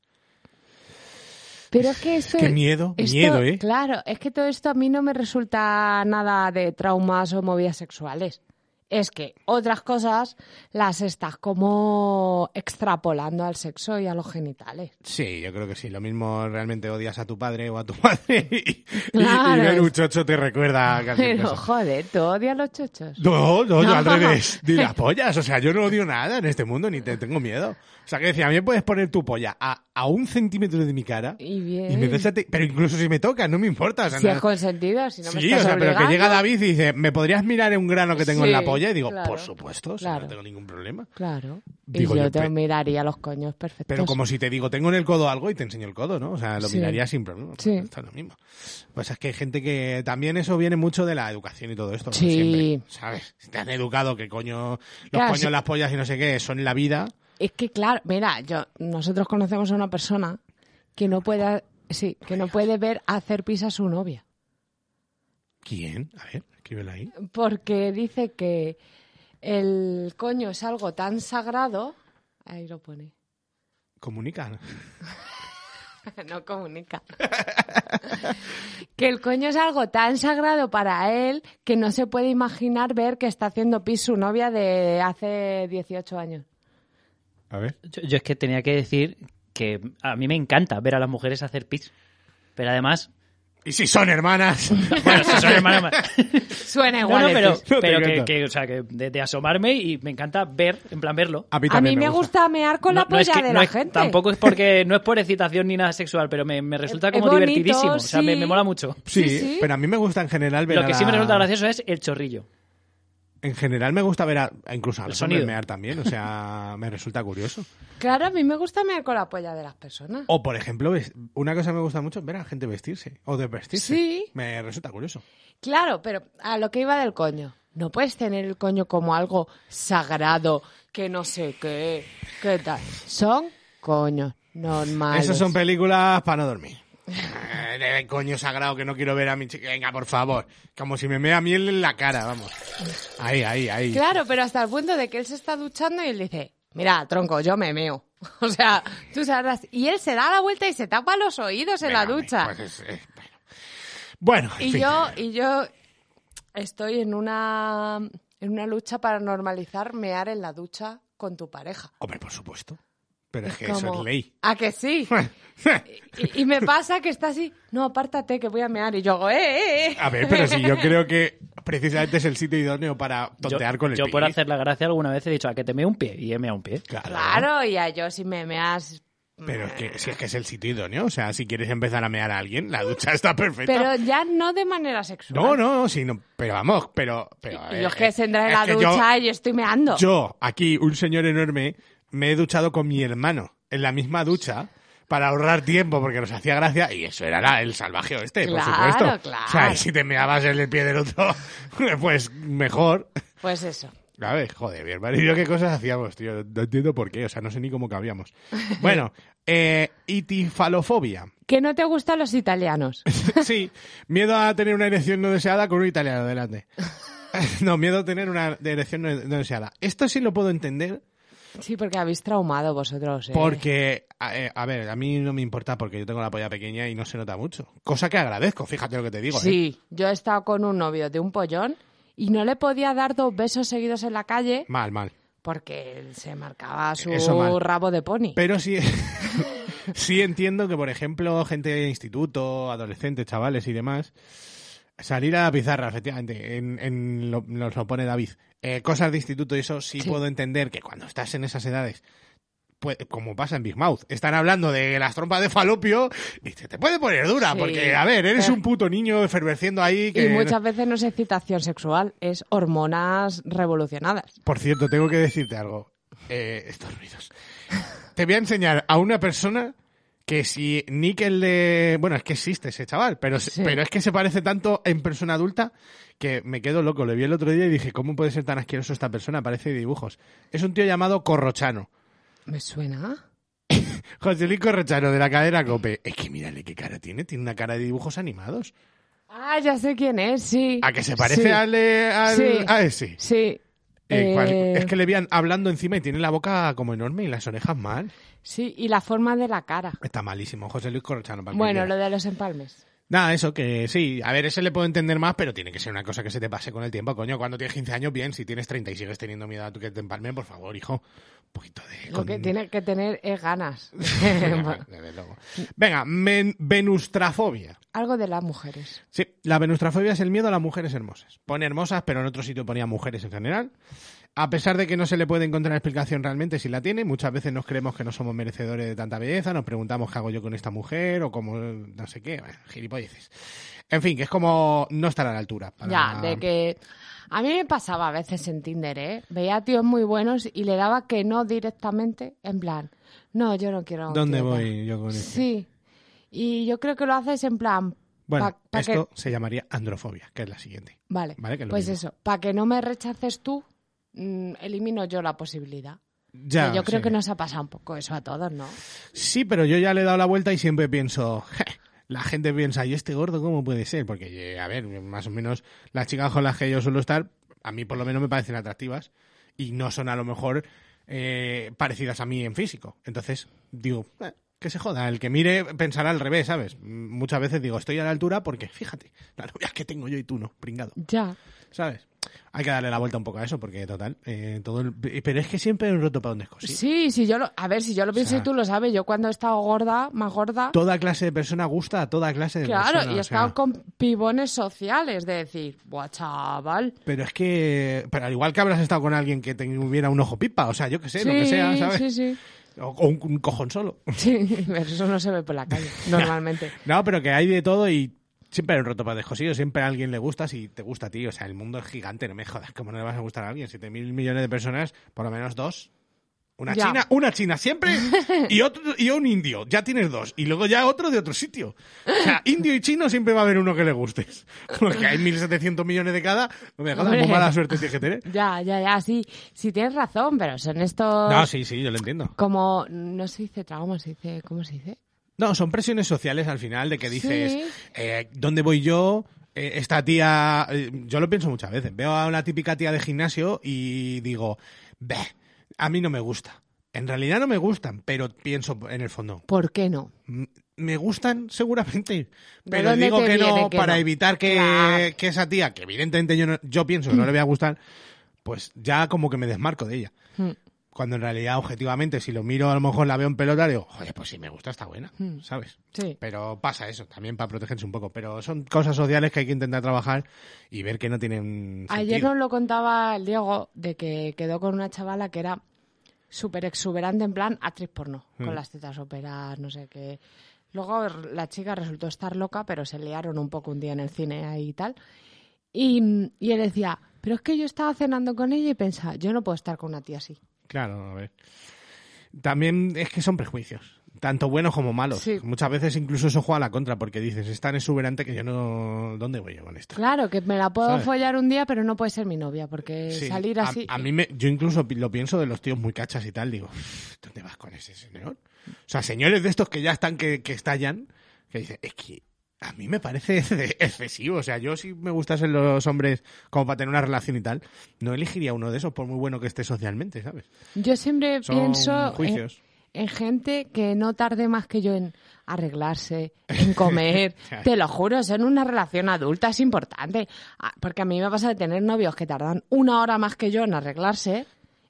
Speaker 4: Pero es que esto...
Speaker 3: Qué miedo,
Speaker 4: esto-
Speaker 3: miedo, ¿eh?
Speaker 4: Claro, es que todo esto a mí no me resulta nada de traumas o movidas sexuales. Es que otras cosas las estás como extrapolando al sexo y a los genitales.
Speaker 3: Sí, yo creo que sí. Lo mismo realmente odias a tu padre o a tu madre y, y-
Speaker 4: Claro.
Speaker 3: y ver un chocho te recuerda a cualquier
Speaker 4: Pero
Speaker 3: cosa.
Speaker 4: joder, tú odias los chochos.
Speaker 3: No, no, yo
Speaker 4: No.
Speaker 3: al revés. Ni las pollas. O sea, yo no odio nada en este mundo ni te tengo miedo. O sea, que decía, a mí me puedes poner tu polla a, a un centímetro de mi cara
Speaker 4: Y bien.
Speaker 3: me das a ti- Pero incluso si me tocas, no me importa. o sea,
Speaker 4: si
Speaker 3: no-
Speaker 4: es consentido, si no me
Speaker 3: sí, o
Speaker 4: estás
Speaker 3: sea, pero que
Speaker 4: obligando.
Speaker 3: llega David y dice, ¿me podrías mirar en un grano que tengo en la
Speaker 4: Sí,
Speaker 3: polla? Y digo,
Speaker 4: claro.
Speaker 3: por supuesto, o sea,
Speaker 4: Claro.
Speaker 3: no tengo ningún problema.
Speaker 4: Claro.
Speaker 3: Digo
Speaker 4: y yo,
Speaker 3: yo,
Speaker 4: te
Speaker 3: pe-
Speaker 4: miraría los coños perfectos.
Speaker 3: Pero como si te digo, tengo en el codo algo y te enseño el codo, ¿no? O sea, lo
Speaker 4: Pues Sí.
Speaker 3: miraría sin problema.
Speaker 4: Sí.
Speaker 3: Está lo mismo. Pues es que hay gente que también eso viene mucho de la educación y todo esto. como
Speaker 4: Sí.
Speaker 3: siempre, ¿Sabes? Si te han educado que coño, los
Speaker 4: Claro,
Speaker 3: coños,
Speaker 4: sí.
Speaker 3: las pollas y no sé qué son la vida.
Speaker 4: Es que claro, mira, yo nosotros conocemos a una persona que no puede, sí, que no puede ver hacer pis a su novia,
Speaker 3: ¿Quién? A ver, escríbelo ahí.
Speaker 4: porque dice que el coño es algo tan sagrado, ahí lo pone,
Speaker 3: Comunican.
Speaker 4: no comunica. que el coño es algo tan sagrado para él que no se puede imaginar ver que está haciendo pis su novia de hace 18 años.
Speaker 3: A ver.
Speaker 5: Yo, yo es que tenía que decir que a mí me encanta ver a las mujeres hacer pis. Pero además...
Speaker 3: Y si son hermanas.
Speaker 5: Bueno, si soy hermano más-
Speaker 4: Suena
Speaker 5: No,
Speaker 4: igual. ¿eh?
Speaker 5: no,
Speaker 4: el
Speaker 5: pero,
Speaker 4: pis.
Speaker 3: No te
Speaker 5: pero que,
Speaker 3: encanta.
Speaker 5: que, o sea, que de, de asomarme y me encanta ver, en plan verlo.
Speaker 3: A mí
Speaker 4: A
Speaker 3: también
Speaker 4: mí me gusta mear con la
Speaker 5: No- no
Speaker 4: polla
Speaker 5: es que-
Speaker 4: de
Speaker 5: no
Speaker 4: la
Speaker 5: es-
Speaker 4: gente. Eh,
Speaker 5: Tampoco es porque no es por excitación ni nada sexual, pero me, me resulta
Speaker 4: Es
Speaker 5: como
Speaker 4: bonito,
Speaker 5: divertidísimo. O sea, me,
Speaker 4: sí.
Speaker 5: me mola mucho.
Speaker 3: Sí,
Speaker 4: Sí, sí.
Speaker 3: pero a mí me gusta en general ver
Speaker 5: Lo
Speaker 3: a
Speaker 5: que sí me
Speaker 3: la-
Speaker 5: resulta gracioso es el chorrillo.
Speaker 3: En general me gusta ver a, a incluso a los
Speaker 5: sonido.
Speaker 3: hombres mear también, o sea, me resulta curioso.
Speaker 4: Claro, a mí me gusta mear con la polla de las personas.
Speaker 3: O por ejemplo, ves- una cosa que me gusta mucho es ver a gente vestirse o desvestirse.
Speaker 4: Sí.
Speaker 3: Me resulta curioso.
Speaker 4: Claro, pero a lo que iba del coño. No puedes tener el coño como algo sagrado, que no sé qué, qué tal. Son coños normales.
Speaker 3: Esas son películas para no dormir. Eh, de coño sagrado que no quiero ver a mi chica. Venga, por favor. Como si me mea miel en la cara, vamos. Ahí, ahí, ahí.
Speaker 4: Claro, pero hasta el punto de que él se está duchando y él dice, mira, tronco, yo me meo. O sea, tú sabrás. Y él se da la vuelta y se tapa los oídos en
Speaker 3: Venga,
Speaker 4: la ducha.
Speaker 3: pues es- es- bueno, Bueno, en
Speaker 4: Y
Speaker 3: fin.
Speaker 4: yo, y yo estoy en una, en una lucha para normalizar mear en la ducha con tu pareja.
Speaker 3: Hombre, por supuesto. Pero es que eso
Speaker 4: como,
Speaker 3: es ley.
Speaker 4: ¿A que sí? y, y me pasa que está así, no, apártate, que voy a mear. Y yo hago, ¡eh, eh, eh!
Speaker 3: A ver, pero si yo creo que precisamente es el sitio idóneo para tontear
Speaker 5: yo,
Speaker 3: con el
Speaker 5: yo por
Speaker 3: pis.
Speaker 5: hacer la gracia alguna vez he dicho a que te meo un pie y he meado un pie.
Speaker 3: Claro.
Speaker 4: Claro, y a yo si me meas...
Speaker 3: Pero es que, si es que es el sitio idóneo, o sea, si quieres empezar a mear a alguien, la ducha está perfecta.
Speaker 4: Pero ya no de manera sexual.
Speaker 3: no, no, sí, no, pero vamos, pero... pero
Speaker 4: Y
Speaker 3: eh,
Speaker 4: yo es que tendré
Speaker 3: es
Speaker 4: la
Speaker 3: que yo-
Speaker 4: ducha y estoy meando.
Speaker 3: Yo, aquí, un señor enorme, me he duchado con mi hermano en la misma ducha para ahorrar tiempo porque nos hacía gracia y eso era la- el salvajeo este, por
Speaker 4: Claro,
Speaker 3: supuesto.
Speaker 4: claro.
Speaker 3: O sea, y si te meabas en el pie del otro, pues mejor.
Speaker 4: Pues eso.
Speaker 3: A ver, joder, mi hermano y yo qué cosas hacíamos, tío. No entiendo por qué, o sea, no sé ni cómo cabíamos. Bueno, eh, itifalofobia.
Speaker 4: Que no te gustan los italianos.
Speaker 3: Sí, miedo a tener una erección no deseada con un italiano delante. No, miedo a tener una erección no no deseada. Esto sí lo puedo entender
Speaker 4: Sí, porque habéis traumado vosotros. ¿eh?
Speaker 3: Porque, a, eh, a ver, a mí no me importa porque yo tengo la polla pequeña y no se nota mucho. Cosa que agradezco, fíjate lo que te digo. ¿eh?
Speaker 4: Sí, yo he estado con un novio de un pollón y no le podía dar dos besos seguidos en la calle
Speaker 3: Mal, mal.
Speaker 4: porque se marcaba su
Speaker 3: Eso mal.
Speaker 4: rabo de pony.
Speaker 3: Pero sí, sí entiendo que, por ejemplo, gente de instituto, adolescentes, chavales y demás, salir a la pizarra, efectivamente, en, en lo, nos lo pone David, eh, cosas de instituto y eso sí,
Speaker 4: Sí.
Speaker 3: puedo entender que cuando estás en esas edades, pues, como pasa en Big Mouth, están hablando de las trompas de falopio y se te puede poner dura,
Speaker 4: Sí.
Speaker 3: porque, a ver, eres
Speaker 4: Eh.
Speaker 3: un puto niño efervesciendo ahí que...
Speaker 4: Y muchas veces no es excitación sexual, es hormonas revolucionadas.
Speaker 3: Por cierto, tengo que decirte algo. Eh, estos ruidos. Te voy a enseñar a una persona que si Nickel de... Bueno, es que existe ese chaval, pero, se-
Speaker 4: Sí.
Speaker 3: pero es que se parece tanto en persona adulta que me quedo loco. Le vi el otro día y dije, ¿cómo puede ser tan asqueroso esta persona? Parece de dibujos. Es un tío llamado Corrochano.
Speaker 4: ¿Me suena?
Speaker 3: José Luis Corrochano, de la cadena COPE. Es que mírale qué cara tiene. Tiene una cara de dibujos animados.
Speaker 4: Ah, ya sé quién es, sí.
Speaker 3: ¿A que se parece
Speaker 4: Sí,
Speaker 3: al... eh, al-
Speaker 4: Sí.
Speaker 3: a ese?
Speaker 4: Sí.
Speaker 3: Eh, cual-
Speaker 4: Eh,
Speaker 3: Es que le vean hablando encima y tiene la boca como enorme y las orejas mal.
Speaker 4: Sí, y la forma de la cara.
Speaker 3: Está malísimo, José Luis Corrochano. para que
Speaker 4: Bueno,
Speaker 3: quiera.
Speaker 4: lo de los empalmes.
Speaker 3: Nada, eso que sí. A ver, ese le puedo entender más, pero tiene que ser una cosa que se te pase con el tiempo, coño. Cuando tienes 15 años, bien. Si tienes 30 y sigues teniendo miedo a tu que te empalmen, por favor, hijo. Un poquito de...
Speaker 4: Lo que tiene que tener es ganas.
Speaker 3: Desde luego. Venga, men- venustrafobia.
Speaker 4: Algo de las mujeres.
Speaker 3: Sí, la venustrafobia es el miedo a las mujeres hermosas. Pone hermosas, pero en otro sitio ponía mujeres en general. A pesar de que no se le puede encontrar explicación realmente si la tiene, muchas veces nos creemos que no somos merecedores de tanta belleza, nos preguntamos qué hago yo con esta mujer o cómo no sé qué, bueno, gilipolleces. En fin, que es como no estar a la altura. para-
Speaker 4: Ya, de que a mí me pasaba a veces en Tinder, ¿eh? Veía tíos muy buenos y le daba que no directamente, en plan, no, yo no quiero. un
Speaker 3: ¿Dónde
Speaker 4: tío tal".
Speaker 3: voy yo con este? esto?
Speaker 4: Sí. Y yo creo que lo haces en plan.
Speaker 3: Bueno,
Speaker 4: pa- pa que-
Speaker 3: esto se llamaría androfobia, que es la siguiente.
Speaker 4: Vale.
Speaker 3: Vale, que es lo
Speaker 4: pues
Speaker 3: mismo.
Speaker 4: eso, para que no me rechaces tú, mm, elimino yo la posibilidad.
Speaker 3: Ya,
Speaker 4: Que yo creo
Speaker 3: sí.
Speaker 4: que nos ha pasado un poco eso a todos, ¿no?
Speaker 3: Sí, pero yo ya le he dado la vuelta y siempre pienso, "Je", la gente piensa, ¿y este gordo cómo puede ser? Porque, eh, a ver, más o menos las chicas con las que yo suelo estar, a mí por lo menos me parecen atractivas y no son a lo mejor eh, parecidas a mí en físico. Entonces, digo, "Eh, que se joda, el que mire pensará al revés, ¿sabes? M- Muchas veces digo, estoy a la altura porque, fíjate, la novia que tengo yo y tú no, pringado.
Speaker 4: Ya.
Speaker 3: ¿Sabes? Hay que darle la vuelta un poco a eso porque, total, eh, todo el- pero es que siempre hay un roto para donde escosí.
Speaker 4: Sí, si yo lo, a ver, si yo lo pienso
Speaker 3: sea-
Speaker 4: y tú lo sabes, yo cuando he estado gorda, más gorda,
Speaker 3: toda clase de persona gusta a toda clase de
Speaker 4: claro,
Speaker 3: persona.
Speaker 4: y he
Speaker 3: o sea,
Speaker 4: estado con pibones sociales, de decir, buah, chaval,
Speaker 3: Pero es que, pero al igual que habrás estado con alguien que te hubiera un ojo pipa, o sea, yo que sé, lo que sea, ¿sabes?
Speaker 4: Sí, sí.
Speaker 3: O, o un, un cojón solo.
Speaker 4: Sí, pero eso no se ve por la calle, normalmente.
Speaker 3: No, pero que hay de todo y siempre hay un roto para descosillo, siempre a alguien le gusta si te gusta a ti. O sea, el mundo es gigante, no me jodas, ¿cómo no le vas a gustar a alguien? Siete mil millones de personas, por lo menos dos. Una
Speaker 4: Ya.
Speaker 3: china, una china siempre y otro y un indio, ya tienes dos y luego ya otro de otro sitio. O sea, indio y chino siempre va a haber uno que le gustes. Porque hay 1700 millones de cada, no me jodas, muy
Speaker 4: Hombre.
Speaker 3: mala suerte tienes que tener.
Speaker 4: Ya, ya, ya, sí, sí tienes razón, pero son estos
Speaker 3: No, sí, sí, yo lo entiendo.
Speaker 4: como no se dice trauma, se dice, ¿cómo se dice?
Speaker 3: No, son presiones sociales al final de que dices,
Speaker 4: Sí.
Speaker 3: eh, ¿dónde voy yo? Eh, esta tía, eh, yo lo pienso muchas veces, veo a una típica tía de gimnasio y digo, "Beh, a mí no me gusta. En realidad no me gustan, pero pienso en el fondo,
Speaker 4: ¿Por qué no?
Speaker 3: "M- me gustan seguramente,
Speaker 4: ¿De
Speaker 3: pero
Speaker 4: dónde
Speaker 3: digo
Speaker 4: te
Speaker 3: que no
Speaker 4: viene que
Speaker 3: para
Speaker 4: no?
Speaker 3: evitar que,
Speaker 4: Claro.
Speaker 3: que esa tía, que
Speaker 4: Hmm.
Speaker 3: evidentemente yo, no- yo pienso que no le voy a gustar, pues ya como que me desmarco de ella. Cuando en realidad, objetivamente, si lo miro, a lo mejor la veo en pelota, digo, joder, pues si me gusta, está buena,
Speaker 4: Hmm.
Speaker 3: ¿sabes?
Speaker 4: Sí.
Speaker 3: Pero pasa eso, también para protegerse un poco. Pero son cosas sociales que hay que intentar trabajar y ver que no tienen
Speaker 4: Ayer
Speaker 3: sentido.
Speaker 4: nos lo contaba el Diego de que quedó con una chavala que era súper exuberante, en plan actriz porno,
Speaker 3: Mm.
Speaker 4: con las tetas operadas, no sé qué. Luego la chica resultó estar loca, pero se liaron un poco un día en el cine ahí y tal. Y, y él decía, pero es que yo estaba cenando con ella y pensaba, yo no puedo estar con una tía así.
Speaker 3: Claro, a ver. También es que son prejuicios, tanto buenos como malos.
Speaker 4: Sí.
Speaker 3: Muchas veces incluso eso juega a la contra, porque dices, es tan exuberante que yo no... ¿Dónde voy yo con esto?
Speaker 4: Claro, que me la puedo
Speaker 3: ¿Sabes?
Speaker 4: follar un día, pero no puede ser mi novia, porque
Speaker 3: Sí,
Speaker 4: eh, salir
Speaker 3: a-
Speaker 4: así...
Speaker 3: A, mí me, yo incluso pi- lo pienso de los tíos muy cachas y tal, digo, "Uf, ¿dónde vas con ese señor? O sea, señores de estos que ya están, que, que estallan, que dicen, es que a mí me parece de- excesivo. O sea, yo si me gustasen los hombres como para tener una relación y tal, no elegiría uno de esos por muy bueno que esté socialmente, ¿sabes?
Speaker 4: Yo siempre
Speaker 3: Son
Speaker 4: pienso en,
Speaker 3: juicios.
Speaker 4: en gente que no tarde más que yo en arreglarse, en comer. Te lo juro, eso en una relación adulta es importante. Ah, Porque a mí me pasa de tener novios que tardan una hora más que yo en arreglarse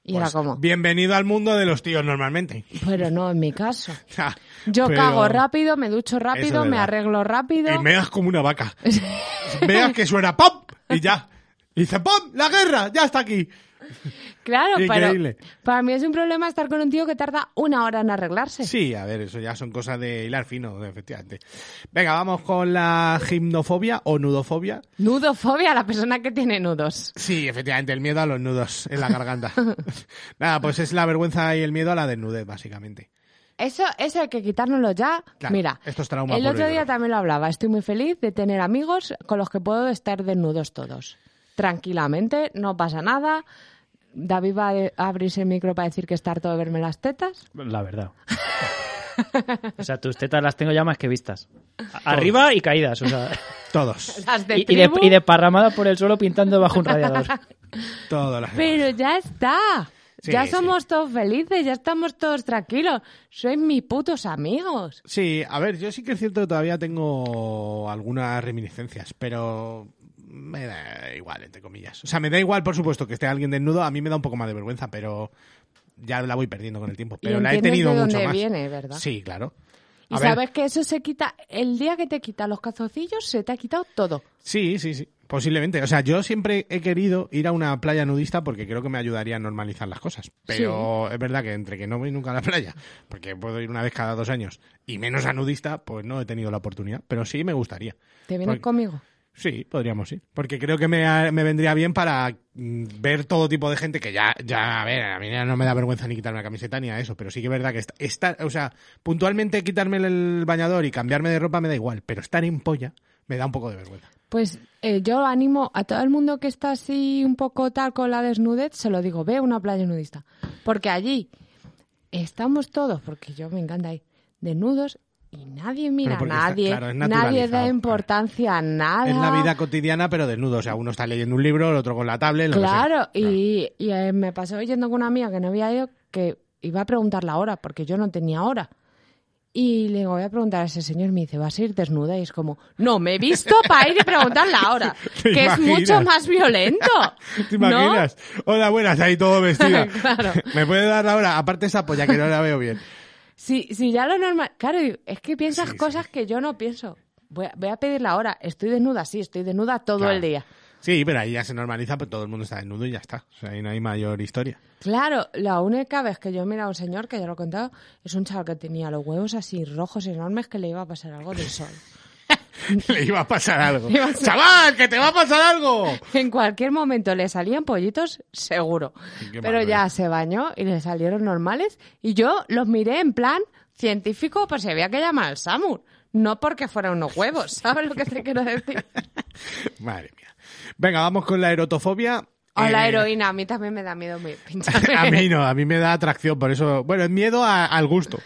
Speaker 4: y era
Speaker 3: Pues,
Speaker 4: como,
Speaker 3: Bienvenido al mundo de los tíos normalmente.
Speaker 4: pero no en mi caso.
Speaker 3: O sea,
Speaker 4: Yo
Speaker 3: pero-
Speaker 4: cago rápido, me ducho
Speaker 3: Eso
Speaker 4: rápido,
Speaker 3: es
Speaker 4: me
Speaker 3: verdad.
Speaker 4: arreglo rápido.
Speaker 3: Y me das como una vaca. Veas que suena pop y ya. Y dice pop, la guerra, ya está aquí.
Speaker 4: Claro, pero
Speaker 3: Increíble.
Speaker 4: para mí es un problema estar con un tío que tarda una hora en arreglarse.
Speaker 3: Sí, a ver, eso ya son cosas de hilar fino, efectivamente. Venga, vamos con la gimnofobia o nudofobia.
Speaker 4: Nudofobia, la persona que tiene nudos.
Speaker 3: Sí, efectivamente, el miedo a los nudos en la garganta. Nada, pues es la vergüenza y el miedo a la desnudez, básicamente.
Speaker 4: Eso, eso hay que quitárnoslo ya.
Speaker 3: Claro,
Speaker 4: Mira,
Speaker 3: esto es trauma
Speaker 4: el
Speaker 3: puro y
Speaker 4: otro día
Speaker 3: duro.
Speaker 4: también lo hablaba. Estoy muy feliz de tener amigos con los que puedo estar desnudos todos. Tranquilamente, no pasa nada. David va a abrirse el micro para decir que está harto de verme las tetas.
Speaker 5: La verdad. O sea, tus tetas las tengo ya más que vistas. A- Arriba y caídas, o sea.
Speaker 3: Todos,
Speaker 4: Las de
Speaker 5: Y, y de,
Speaker 4: tribu,
Speaker 5: y desparramadas por el suelo pintando bajo un radiador.
Speaker 3: todos los
Speaker 4: Pero ya está.
Speaker 3: Sí,
Speaker 4: ya
Speaker 3: sí.
Speaker 4: somos todos felices, ya estamos todos tranquilos. Sois mis putos amigos.
Speaker 3: Sí, a ver, yo sí que es cierto que todavía tengo algunas reminiscencias, pero me da igual, entre comillas. O sea, me da igual, por supuesto, que esté alguien desnudo, a mí me da un poco más de vergüenza, pero ya la voy perdiendo con el tiempo.
Speaker 4: Y
Speaker 3: Pero la he
Speaker 4: entiendes
Speaker 3: tenido
Speaker 4: de
Speaker 3: mucho
Speaker 4: dónde
Speaker 3: más.
Speaker 4: viene, ¿verdad?
Speaker 3: Sí, claro.
Speaker 4: Y
Speaker 3: A ver,
Speaker 4: sabes que eso se quita. El día que te quita los calzoncillos, se te ha quitado todo.
Speaker 3: Sí, sí, sí. Posiblemente. O sea, yo siempre he querido ir a una playa nudista porque creo que me ayudaría a normalizar las cosas. Pero es verdad que entre que no voy nunca a la playa, porque puedo ir una vez cada dos años, y menos a nudista, pues no he tenido la oportunidad. Pero sí me gustaría.
Speaker 4: ¿Te vienes
Speaker 3: Porque-
Speaker 4: conmigo?
Speaker 3: Sí, podríamos ir. Porque creo que me, me vendría bien para mm, ver todo tipo de gente que ya, ya, a ver, a mí ya no me da vergüenza ni quitarme la camiseta ni a eso, pero sí que es verdad que esta- estar, o sea, puntualmente quitarme el bañador y cambiarme de ropa me da igual, pero estar en polla me da un poco de vergüenza.
Speaker 4: Pues eh, yo animo a todo el mundo que está así un poco tal con la desnudez, se lo digo, ve a una playa nudista. Porque allí estamos todos, porque yo me encanta ahí, desnudos y nadie mira a
Speaker 3: porque está-
Speaker 4: nadie,
Speaker 3: claro, es
Speaker 4: nadie
Speaker 3: naturalizado,
Speaker 4: da
Speaker 3: claro.
Speaker 4: importancia a nada.
Speaker 3: Es la vida cotidiana, pero desnudo. O sea, uno está leyendo un libro, el otro con la tablet. Lo que sea.
Speaker 4: Claro, y, y, eh, me pasó yendo con una amiga que no había ido, que iba a preguntar la hora, porque yo no tenía hora. Y le digo, voy a preguntar a ese señor, me dice, ¿vas a ir desnuda? Y es como, no, me he visto para ir y preguntar la hora,
Speaker 3: ¿Te
Speaker 4: que es mucho
Speaker 3: imaginas?
Speaker 4: más violento.
Speaker 3: ¿Te imaginas? Hola, buenas, ahí todo vestida.
Speaker 4: Claro.
Speaker 3: ¿Me puede dar ahora? Aparte esa polla que no la veo bien.
Speaker 4: ¿No? Si, si ya lo normal... Claro, digo, es que piensas
Speaker 3: Sí, sí.
Speaker 4: cosas que yo no pienso. Voy a, voy a pedir la hora, estoy desnuda, sí, estoy desnuda todo
Speaker 3: Claro.
Speaker 4: el día.
Speaker 3: Sí, pero ahí ya se normaliza, pues todo el mundo está desnudo y ya está. O sea, ahí no hay mayor historia.
Speaker 4: Claro, la única vez que yo he mirado a un señor, que ya lo he contado, es un chaval que tenía los huevos así rojos enormes que le iba a pasar algo del sol.
Speaker 3: Le iba a pasar algo.
Speaker 4: Le iba a pasar-
Speaker 3: ¡Chaval, que te va a pasar algo!
Speaker 4: En cualquier momento le salían pollitos, seguro.
Speaker 3: Qué
Speaker 4: Pero
Speaker 3: malo,
Speaker 4: ya
Speaker 3: ¿eh?
Speaker 4: se bañó y le salieron normales. Y yo los miré en plan científico, pues se había que llamar al Samur. No porque fueran unos huevos, ¿sabes lo que te quiero decir?
Speaker 3: Madre mía. Venga, vamos con la erotofobia.
Speaker 4: O la
Speaker 3: Eh,
Speaker 4: heroína, a mí también me da miedo mi
Speaker 3: A mí
Speaker 4: pincharme.
Speaker 3: no, a mí me da atracción, por eso. Bueno, es miedo a- al gusto.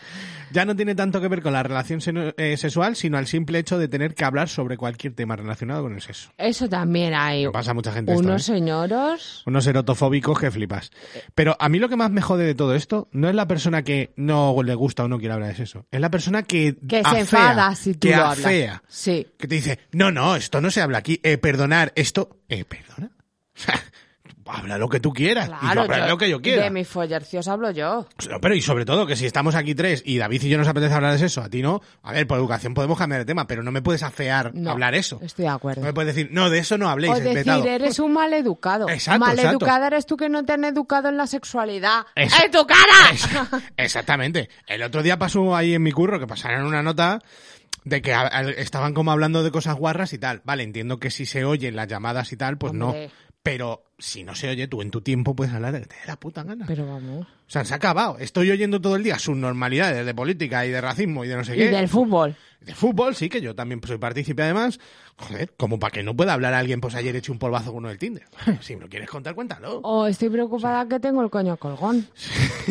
Speaker 3: Ya no tiene tanto que ver con la relación seno- eh, sexual, sino al simple hecho de tener que hablar sobre cualquier tema relacionado con el sexo.
Speaker 4: Eso también hay.
Speaker 3: Le pasa a mucha gente esto,
Speaker 4: Unos
Speaker 3: ¿eh?
Speaker 4: señoros.
Speaker 3: Unos erotofóbicos que flipas. Pero a mí lo que más me jode de todo esto no es la persona que no le gusta o no quiere hablar de sexo. Es la persona que.
Speaker 4: Que
Speaker 3: afea,
Speaker 4: se enfada si
Speaker 3: Ah,
Speaker 4: tú
Speaker 3: que ah,
Speaker 4: lo hablas.
Speaker 3: afea.
Speaker 4: Sí.
Speaker 3: que te dice, no, no, esto no se habla aquí, eh, perdonar, esto, eh, perdona. habla lo que tú quieras y yo
Speaker 4: Claro,
Speaker 3: hablaré
Speaker 4: yo-
Speaker 3: lo que yo
Speaker 4: De
Speaker 3: quiera.
Speaker 4: mis follercios hablo yo.
Speaker 3: Pues, Pero y sobre todo que si estamos aquí tres y David y yo nos apetece hablar de eso, a ti no, a ver, por educación podemos cambiar de tema, pero no me puedes afear
Speaker 4: No,
Speaker 3: hablar eso.
Speaker 4: Estoy de acuerdo.
Speaker 3: No me puedes decir, no, de eso no habléis,
Speaker 4: O
Speaker 3: es
Speaker 4: decir,
Speaker 3: vetado.
Speaker 4: eres un maleducado.
Speaker 3: Exacto,
Speaker 4: maleducada
Speaker 3: exacto.
Speaker 4: eres tú que no te han educado en la sexualidad.
Speaker 3: Esa-
Speaker 4: ¡En tu cara!
Speaker 3: Esa- Exactamente. El otro día pasó ahí en mi curro que pasaron una nota de que a- al- estaban como hablando de cosas guarras y tal. Vale, entiendo que si se oyen las llamadas y tal, pues
Speaker 4: Hombre.
Speaker 3: no. Pero si no se oye, tú en tu tiempo puedes hablar de que te dé la puta gana.
Speaker 4: Pero vamos.
Speaker 3: O sea, se ha acabado. Estoy oyendo todo el día sus normalidades de política y de racismo y de no sé
Speaker 4: Y
Speaker 3: qué.
Speaker 4: del fútbol.
Speaker 3: De fútbol, sí, que yo también soy partícipe además. Joder, como para que no pueda hablar alguien, pues ayer eché un polvazo con uno del Tinder. Si me lo quieres contar, cuéntalo.
Speaker 4: O estoy preocupada que tengo el coño colgón.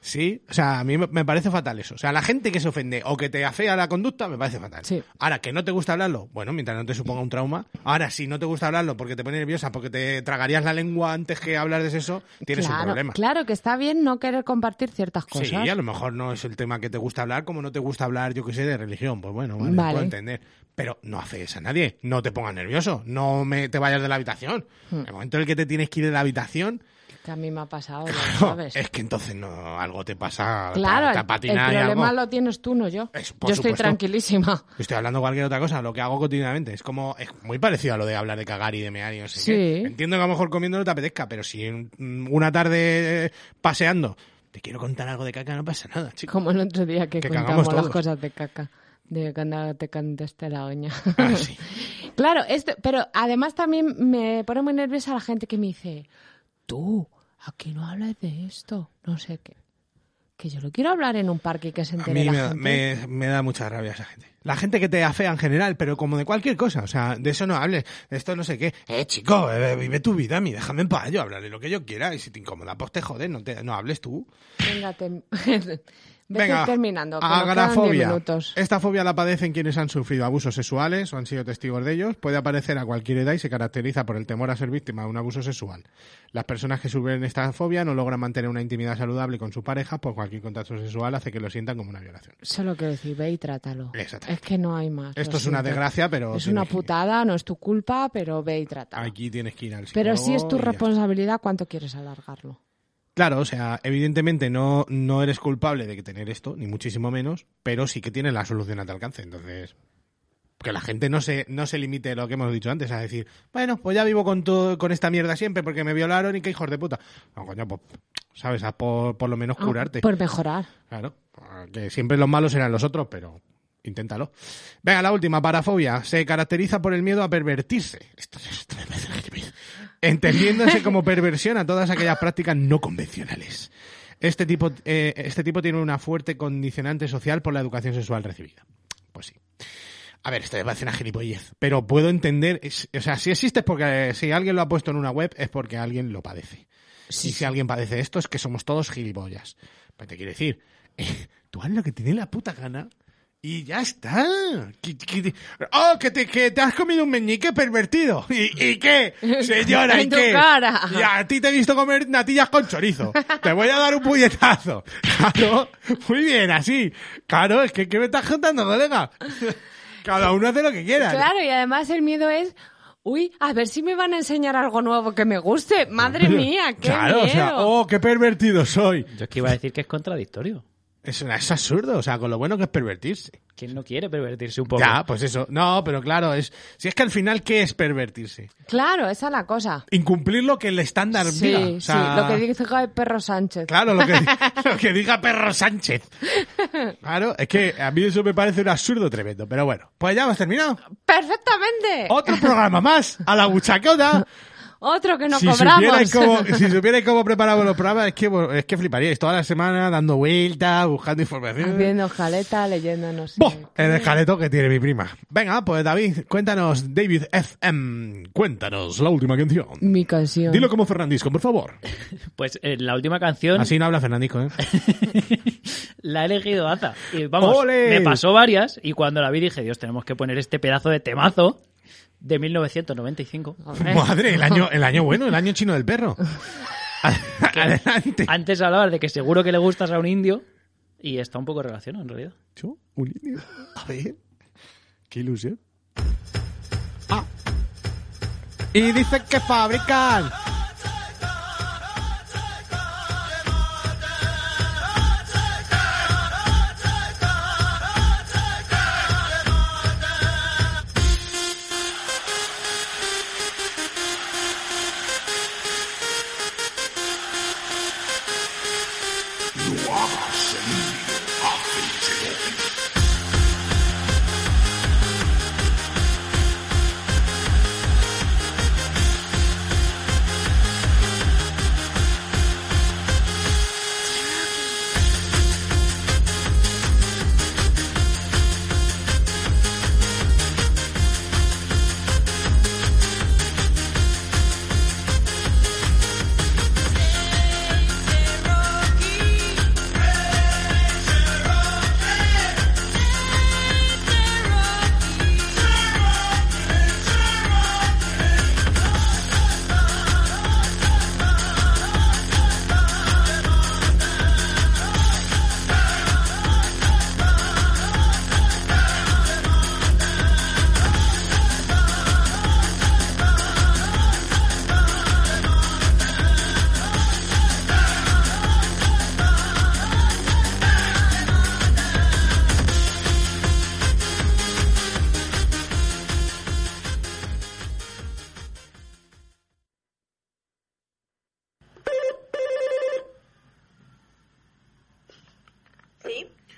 Speaker 3: Sí, o sea, a mí me- me parece fatal eso. O sea, la gente que se ofende o que te afea la conducta me parece fatal.
Speaker 4: Sí.
Speaker 3: Ahora, que no te gusta hablarlo, bueno, mientras no te suponga un trauma. Ahora, si no te gusta hablarlo porque te pone nerviosa, porque te tragarías la lengua antes que hablar de eso, tienes
Speaker 4: claro,
Speaker 3: un problema.
Speaker 4: Claro que está bien no querer compartir ciertas cosas.
Speaker 3: Sí, a lo mejor no es el tema que te gusta hablar, como no te gusta hablar, yo que sé, de religión. Pues bueno, vale,
Speaker 4: Vale.
Speaker 3: puedo entender. Pero no haces a nadie, no te pongas nervioso, no me, te vayas de la habitación.
Speaker 4: Hmm.
Speaker 3: El momento en el que te tienes que ir de la habitación,
Speaker 4: Que a mí me ha pasado, ya lo ¿sabes?
Speaker 3: es que entonces no, algo te pasa,
Speaker 4: claro,
Speaker 3: te, te
Speaker 4: el, el
Speaker 3: patina y algo.
Speaker 4: problema lo tienes tú, no yo.
Speaker 3: Es- por
Speaker 4: yo estoy
Speaker 3: supuesto.
Speaker 4: tranquilísima.
Speaker 3: Estoy hablando de cualquier otra cosa, lo que hago cotidianamente. Es como, es muy parecido a lo de hablar de cagar y de mear y no sé
Speaker 4: Sí.
Speaker 3: qué. Entiendo que a lo mejor comiendo no te apetezca, pero si un- una tarde eh, paseando te quiero contar algo de caca, no pasa nada, chico.
Speaker 4: Como el otro día que,
Speaker 3: Que
Speaker 4: contamos
Speaker 3: cagamos
Speaker 4: las
Speaker 3: todos.
Speaker 4: cosas de caca. De cuando te cantaste la oña.
Speaker 3: Ah, sí.
Speaker 4: Claro, esto, pero además también me pone muy nerviosa la gente que me dice, tú, aquí no hables de esto, no sé qué. Que yo lo quiero hablar en un parque y que se
Speaker 3: A
Speaker 4: entere
Speaker 3: mí
Speaker 4: la
Speaker 3: me, da-
Speaker 4: gente.
Speaker 3: me- me da mucha rabia esa gente. La gente que te afea en general, pero como de cualquier cosa. O sea, de eso no hables, de esto no sé qué. Eh, chico, eh, vive tu vida, mi, déjame en paz, yo hablaré lo que yo quiera. Y si te incomoda, pues te jodes, no, te, no hables tú.
Speaker 4: Venga, te- vete
Speaker 3: Venga,
Speaker 4: terminando. que nos quedan diez
Speaker 3: agrafobia.
Speaker 4: minutos.
Speaker 3: Esta fobia la padecen quienes han sufrido abusos sexuales o han sido testigos de ellos. Puede aparecer a cualquier edad y se caracteriza por el temor a ser víctima de un abuso sexual. Las personas que sufren esta fobia no logran mantener una intimidad saludable con sus parejas, por cualquier contacto sexual hace que lo sientan como una violación.
Speaker 4: Solo quiero decir, ve y trátalo.
Speaker 3: Exacto.
Speaker 4: Es que no hay más. lo
Speaker 3: Esto es una
Speaker 4: siento.
Speaker 3: desgracia, pero
Speaker 4: Es
Speaker 3: tienes
Speaker 4: una
Speaker 3: que-
Speaker 4: putada, no es tu culpa, pero ve y trátalo.
Speaker 3: Aquí tienes que ir al psicólogo.
Speaker 4: pero sí es
Speaker 3: y ya
Speaker 4: tu
Speaker 3: está.
Speaker 4: responsabilidad cuánto quieres alargarlo.
Speaker 3: Claro, o sea, evidentemente no, no eres culpable de que tener esto, ni muchísimo menos, pero sí que tienes la solución a tu alcance. Entonces, que la gente no se, no se limite a lo que hemos dicho antes, a decir, bueno, pues ya vivo con todo, con esta mierda siempre porque me violaron y qué hijos de puta. No, coño, pues, sabes, haz por, por lo menos
Speaker 4: Ah,
Speaker 3: curarte.
Speaker 4: Por mejorar.
Speaker 3: Claro, que siempre los malos eran los otros, pero inténtalo. Venga, la última, parafobia. Se caracteriza por el miedo a pervertirse. Esto- esto me parece una gilipollez. Entendiéndose como perversión a todas aquellas prácticas no convencionales. Este tipo, eh, este tipo tiene una fuerte condicionante social por la educación sexual recibida. Pues sí. A ver, esto me parece una gilipollez, pero puedo entender, es- o sea, si existe es porque eh, si alguien lo ha puesto en una web es porque alguien lo padece. y si alguien padece esto es que somos todos gilipollas. Pero te quiero decir, eh, tú haz lo que tiene la puta gana y ya está. Que- que- ¡Oh, que te, que te has comido un meñique pervertido! ¿Y, y qué? Señora, ¿y
Speaker 4: En tu
Speaker 3: qué?
Speaker 4: cara.
Speaker 3: Y a ti te he visto comer natillas con chorizo. Te voy a dar un puñetazo. Claro, muy bien, así. Claro, es que ¿qué me estás contando, colega? Cada uno hace lo que quiera.
Speaker 4: Claro, y además el miedo es, uy, a ver si me van a enseñar algo nuevo que me guste. Madre mía, qué
Speaker 3: Claro,
Speaker 4: miedo.
Speaker 3: o sea, oh, qué pervertido soy.
Speaker 5: Yo es que iba a decir que es contradictorio.
Speaker 3: Es, una- es absurdo, o sea, con lo bueno que es pervertirse.
Speaker 5: ¿Quién no quiere pervertirse un poco?
Speaker 3: Ya, pues eso. No, pero claro, es si es que al final, ¿qué es pervertirse?
Speaker 4: Claro, esa es la cosa.
Speaker 3: Incumplir lo que el estándar
Speaker 4: Sí,
Speaker 3: diga. O
Speaker 4: sí,
Speaker 3: sea,
Speaker 4: lo que dice el perro Sánchez.
Speaker 3: Claro, lo que, lo que diga Perro Sánchez. Claro, es que a mí eso me parece un absurdo tremendo. Pero bueno, pues ya hemos terminado.
Speaker 4: Perfectamente.
Speaker 3: Otro programa más, a la buchacota.
Speaker 4: Otro que nos
Speaker 3: si,
Speaker 4: cobramos.
Speaker 3: supierais cómo, si supierais cómo preparamos los programas, es que, es que fliparíais toda la semana dando vueltas, buscando información.
Speaker 4: Viendo jaleta, leyéndonos.
Speaker 3: Buah, el escaleto que tiene mi prima. Venga, pues David, cuéntanos, David FM, cuéntanos la última canción.
Speaker 4: Mi canción.
Speaker 3: Dilo como Fernandisco, por favor.
Speaker 5: Pues eh, la última canción
Speaker 3: Así no habla Fernandisco, ¿eh?
Speaker 5: la he elegido Aza. Y vamos,
Speaker 3: ¡Ole!
Speaker 5: me pasó varias y cuando la vi dije, Dios, tenemos que poner este pedazo de temazo de 1995.
Speaker 4: Hombre.
Speaker 3: Madre, el año, el año bueno, el año chino del perro. Adelante.
Speaker 5: Antes hablabas de que seguro que le gustas a un indio y está un poco relacionado en realidad.
Speaker 3: ¿Yo? ¿Un indio? A ver. Qué ilusión. Ah. Y dicen que fabrican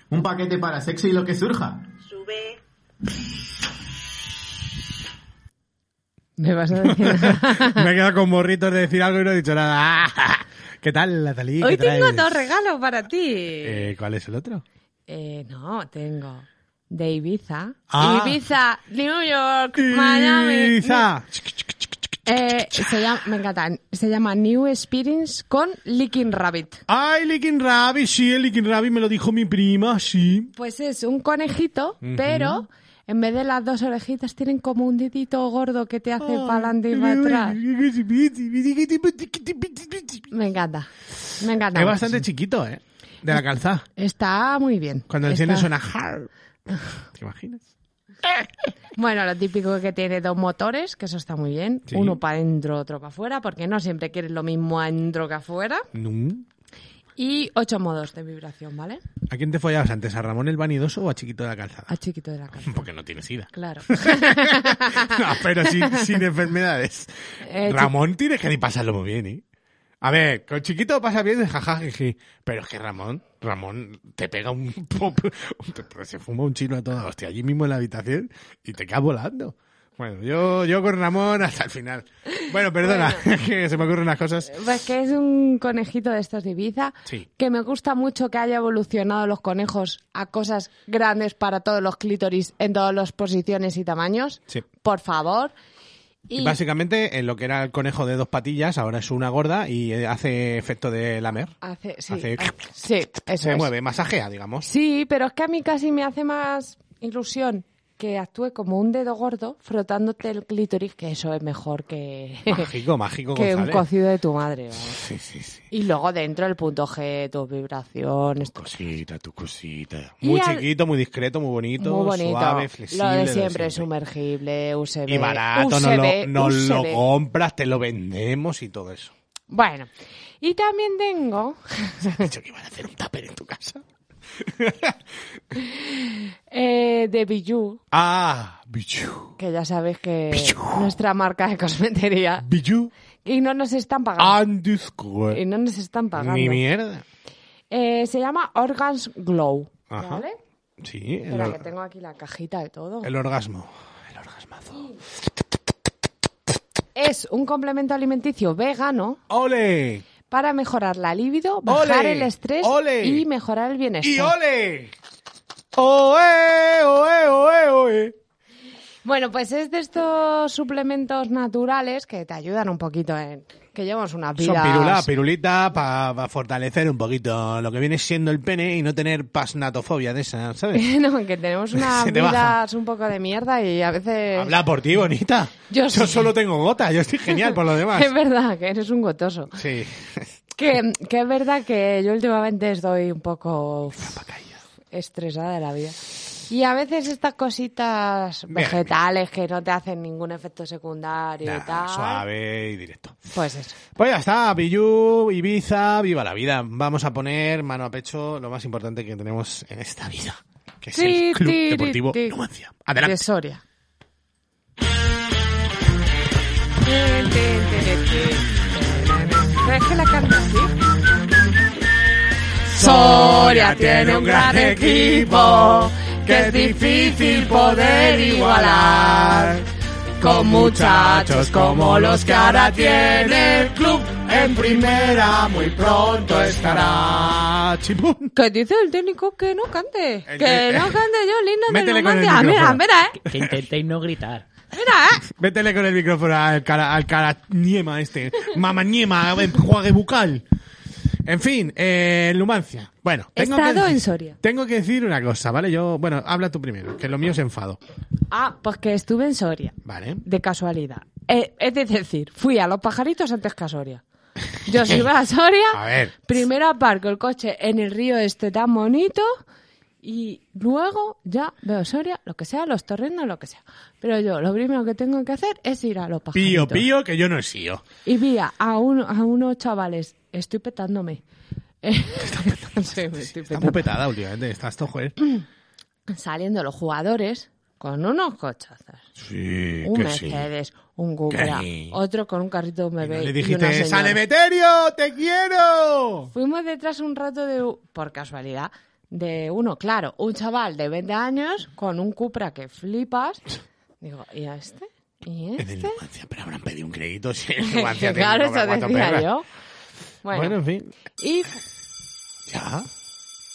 Speaker 8: Un paquete para sexo y lo que surja.
Speaker 9: Sube.
Speaker 4: Me vas a decir.
Speaker 3: Me he quedado con morritos de decir algo y no he dicho nada. ¿Qué tal, Natalí?
Speaker 4: Hoy
Speaker 3: ¿Qué
Speaker 4: tengo
Speaker 3: traes?
Speaker 4: dos regalos para ti.
Speaker 3: Eh, ¿Cuál es el otro?
Speaker 4: Eh, no, tengo de Ibiza.
Speaker 3: Ah.
Speaker 4: Ibiza, New York, Miami.
Speaker 3: Ibiza.
Speaker 4: Eh, se llama, me encanta. Se llama New Experience con Licking Rabbit.
Speaker 3: ¡Ay, Licking Rabbit! Sí, el Licking Rabbit me lo dijo mi prima, sí.
Speaker 4: Pues es un conejito, pero en vez de las dos orejitas tienen como un dedito gordo que te hace para adelante y para atrás. Me encanta. Me encanta.
Speaker 3: Es
Speaker 4: mucho.
Speaker 3: bastante chiquito, ¿eh? De la calzada.
Speaker 4: Está muy bien.
Speaker 3: Cuando
Speaker 4: Está-
Speaker 3: enciendes suena hard. ¿Te imaginas?
Speaker 4: Bueno, lo típico que tiene dos motores, que eso está muy bien.
Speaker 3: Sí.
Speaker 4: Uno para adentro, otro para afuera, porque no siempre quieres lo mismo adentro que afuera.
Speaker 3: No.
Speaker 4: Y ocho modos de vibración, ¿vale?
Speaker 3: ¿A quién te follabas antes? ¿A Ramón el Vanidoso o a Chiquito de la Calzada?
Speaker 4: A chiquito de la casa.
Speaker 3: Porque no tiene sida.
Speaker 4: Claro.
Speaker 3: No, pero sin, sin enfermedades.
Speaker 4: Eh,
Speaker 3: Ramón tienes que ni pasarlo muy bien, ¿eh? A ver, con chiquito pasa bien de jajaja, pero es que Ramón, Ramón te pega un pop, un- se fuma un chino a toda hostia allí mismo en la habitación y te quedas volando. Bueno, yo, yo con Ramón hasta el final. Bueno, perdona, que se me ocurren unas cosas.
Speaker 4: Pues que es un conejito de estos de Ibiza,
Speaker 3: Sí.
Speaker 4: que me gusta mucho que haya evolucionado los conejos a cosas grandes para todos los clítoris en todas las posiciones y tamaños.
Speaker 3: Sí.
Speaker 4: Por favor.
Speaker 3: Y básicamente, en lo que era el conejo de dos patillas, ahora es una gorda y eh, hace efecto de lamer.
Speaker 4: hace, sí,
Speaker 3: hace-
Speaker 4: hace- sí, eso
Speaker 3: Se
Speaker 4: es.
Speaker 3: mueve, masajea, digamos.
Speaker 4: Sí, pero es que a mí casi me hace más ilusión que actúe como un dedo gordo frotándote el clítoris, que eso es mejor que,
Speaker 3: Mágico, mágico,
Speaker 4: que un
Speaker 3: González.
Speaker 4: cocido de tu madre. vamos.
Speaker 3: Sí, sí, sí.
Speaker 4: Y luego dentro el punto G, tus vibraciones, tu-
Speaker 3: Cosita, tu cosita.
Speaker 4: Y
Speaker 3: Muy
Speaker 4: al-
Speaker 3: chiquito, muy discreto, muy bonito,
Speaker 4: Muy bonito.
Speaker 3: suave, flexible.
Speaker 4: lo de
Speaker 3: lo
Speaker 4: siempre,
Speaker 3: siempre.
Speaker 4: sumergible, USB.
Speaker 3: Y barato, nos
Speaker 4: USB,
Speaker 3: lo, nos lo
Speaker 4: USB.
Speaker 3: compras, te lo vendemos y todo eso.
Speaker 4: Bueno, y también tengo
Speaker 3: ¿Se has dicho que iban a hacer un tupper en tu casa?
Speaker 4: eh, de Bijou,
Speaker 3: Ah, Bichu.
Speaker 4: que ya sabéis que nuestra marca de cosmetería.
Speaker 3: Bichu
Speaker 4: Y no nos están pagando. Y
Speaker 3: underscore.
Speaker 4: no nos
Speaker 3: Ah,
Speaker 4: están
Speaker 3: Ni
Speaker 4: pagando.
Speaker 3: mierda.
Speaker 4: Eh, se llama Organs Glow.
Speaker 3: Ajá.
Speaker 4: ¿Vale?
Speaker 3: Sí, el,
Speaker 4: Espera,
Speaker 3: or-
Speaker 4: que tengo aquí la cajita de todo.
Speaker 3: el orgasmo. El orgasmazo.
Speaker 4: Es un complemento alimenticio vegano
Speaker 3: ¡Ole!
Speaker 4: para mejorar la libido, bajar
Speaker 3: ¡Ole!
Speaker 4: el estrés
Speaker 3: ¡Ole!
Speaker 4: y mejorar el bienestar.
Speaker 3: ¡Y ole! ¡Oe, oe, oe, oe!
Speaker 4: Bueno, pues es de estos suplementos naturales que te ayudan un poquito en que llevamos una vida.
Speaker 3: Son pirula, pirulita para fortalecer un poquito lo que viene siendo el pene y no tener pasnatofobia de esa, ¿sabes?
Speaker 4: no, que tenemos unas
Speaker 3: Se te baja.
Speaker 4: vidas un poco de mierda y a veces
Speaker 3: Habla por ti, bonita.
Speaker 4: Yo
Speaker 3: Yo
Speaker 4: sí.
Speaker 3: solo tengo gota, yo estoy genial por lo demás.
Speaker 4: es verdad que eres un gotoso.
Speaker 3: Sí.
Speaker 4: Que, que es verdad que yo últimamente estoy un poco uf, estresada de la vida. Y a veces estas cositas vegetales que no te hacen ningún efecto secundario y
Speaker 3: Nada,
Speaker 4: tal.
Speaker 3: suave y directo.
Speaker 4: Pues eso.
Speaker 3: Pues ya está, Biyu, Ibiza, viva la vida. Vamos a poner mano a pecho lo más importante que tenemos en esta vida, que es
Speaker 4: Ti,
Speaker 3: el Club
Speaker 4: ti,
Speaker 3: Deportivo
Speaker 4: ti.
Speaker 3: Numancia. Adelante.
Speaker 4: De Soria. ¿Sabes que la canta así? Soria tiene un gran equipo que es difícil poder igualar. Con muchachos como los que ahora tiene el club en primera, muy pronto
Speaker 3: Pues
Speaker 4: estará.
Speaker 3: Chipún.
Speaker 4: ¿Qué dice el técnico que no cante?
Speaker 3: El
Speaker 4: Que
Speaker 3: de-
Speaker 4: no cante yo, Lina de
Speaker 3: Métele con el
Speaker 4: Numancia. Mira,
Speaker 3: micrófono.
Speaker 4: mira, eh.
Speaker 5: Que intentéis no gritar.
Speaker 4: Mira, eh.
Speaker 3: Métele con el micrófono al cara, al cara niema este. Mamá niema, enjuague bucal. En fin, eh, Numancia. Bueno, tengo
Speaker 4: Estado
Speaker 3: que,
Speaker 4: en Soria.
Speaker 3: Tengo que decir una cosa, ¿vale? Yo, bueno, habla tú primero, que lo mío es enfado.
Speaker 4: Ah, pues que estuve en Soria.
Speaker 3: Vale.
Speaker 4: de casualidad. Eh, es de decir, fui a los pajaritos antes que a Soria. Yo si iba a Soria,
Speaker 3: A ver.
Speaker 4: primero aparco el coche en el río este tan bonito y luego ya veo Soria, lo que sea, los torrenos, lo que sea. Pero yo lo primero que tengo que hacer es ir a los
Speaker 3: Pío,
Speaker 4: pajaritos.
Speaker 3: pío, que yo no he sido.
Speaker 4: Y vi a, uno- a unos chavales, estoy petándome. Sí, me
Speaker 3: Está
Speaker 4: estoy
Speaker 3: muy
Speaker 4: petando.
Speaker 3: petada últimamente, estás ¿eh? todo joder.
Speaker 4: Saliendo los jugadores con unos cochazos.
Speaker 3: Sí,
Speaker 4: un Mercedes, un Cupra,
Speaker 3: Que-
Speaker 4: otro con un carrito de bebé
Speaker 3: le
Speaker 4: y una
Speaker 3: dijiste,
Speaker 4: señora.
Speaker 3: ¡San Emeterio, te quiero!
Speaker 4: Fuimos detrás un rato de u- por casualidad de uno, claro, un chaval de 20 años con un Cupra que flipas. Digo, ¿y a este? ¿Y
Speaker 9: En el
Speaker 4: este?
Speaker 9: Numancia, pero habrán pedido un crédito. Si el Numancia tiene
Speaker 4: claro,
Speaker 9: que cobrar
Speaker 4: eso
Speaker 9: cuatro
Speaker 4: decía
Speaker 9: perras.
Speaker 4: yo. Bueno,
Speaker 3: Bueno, en fin.
Speaker 4: y
Speaker 9: ¿Ya?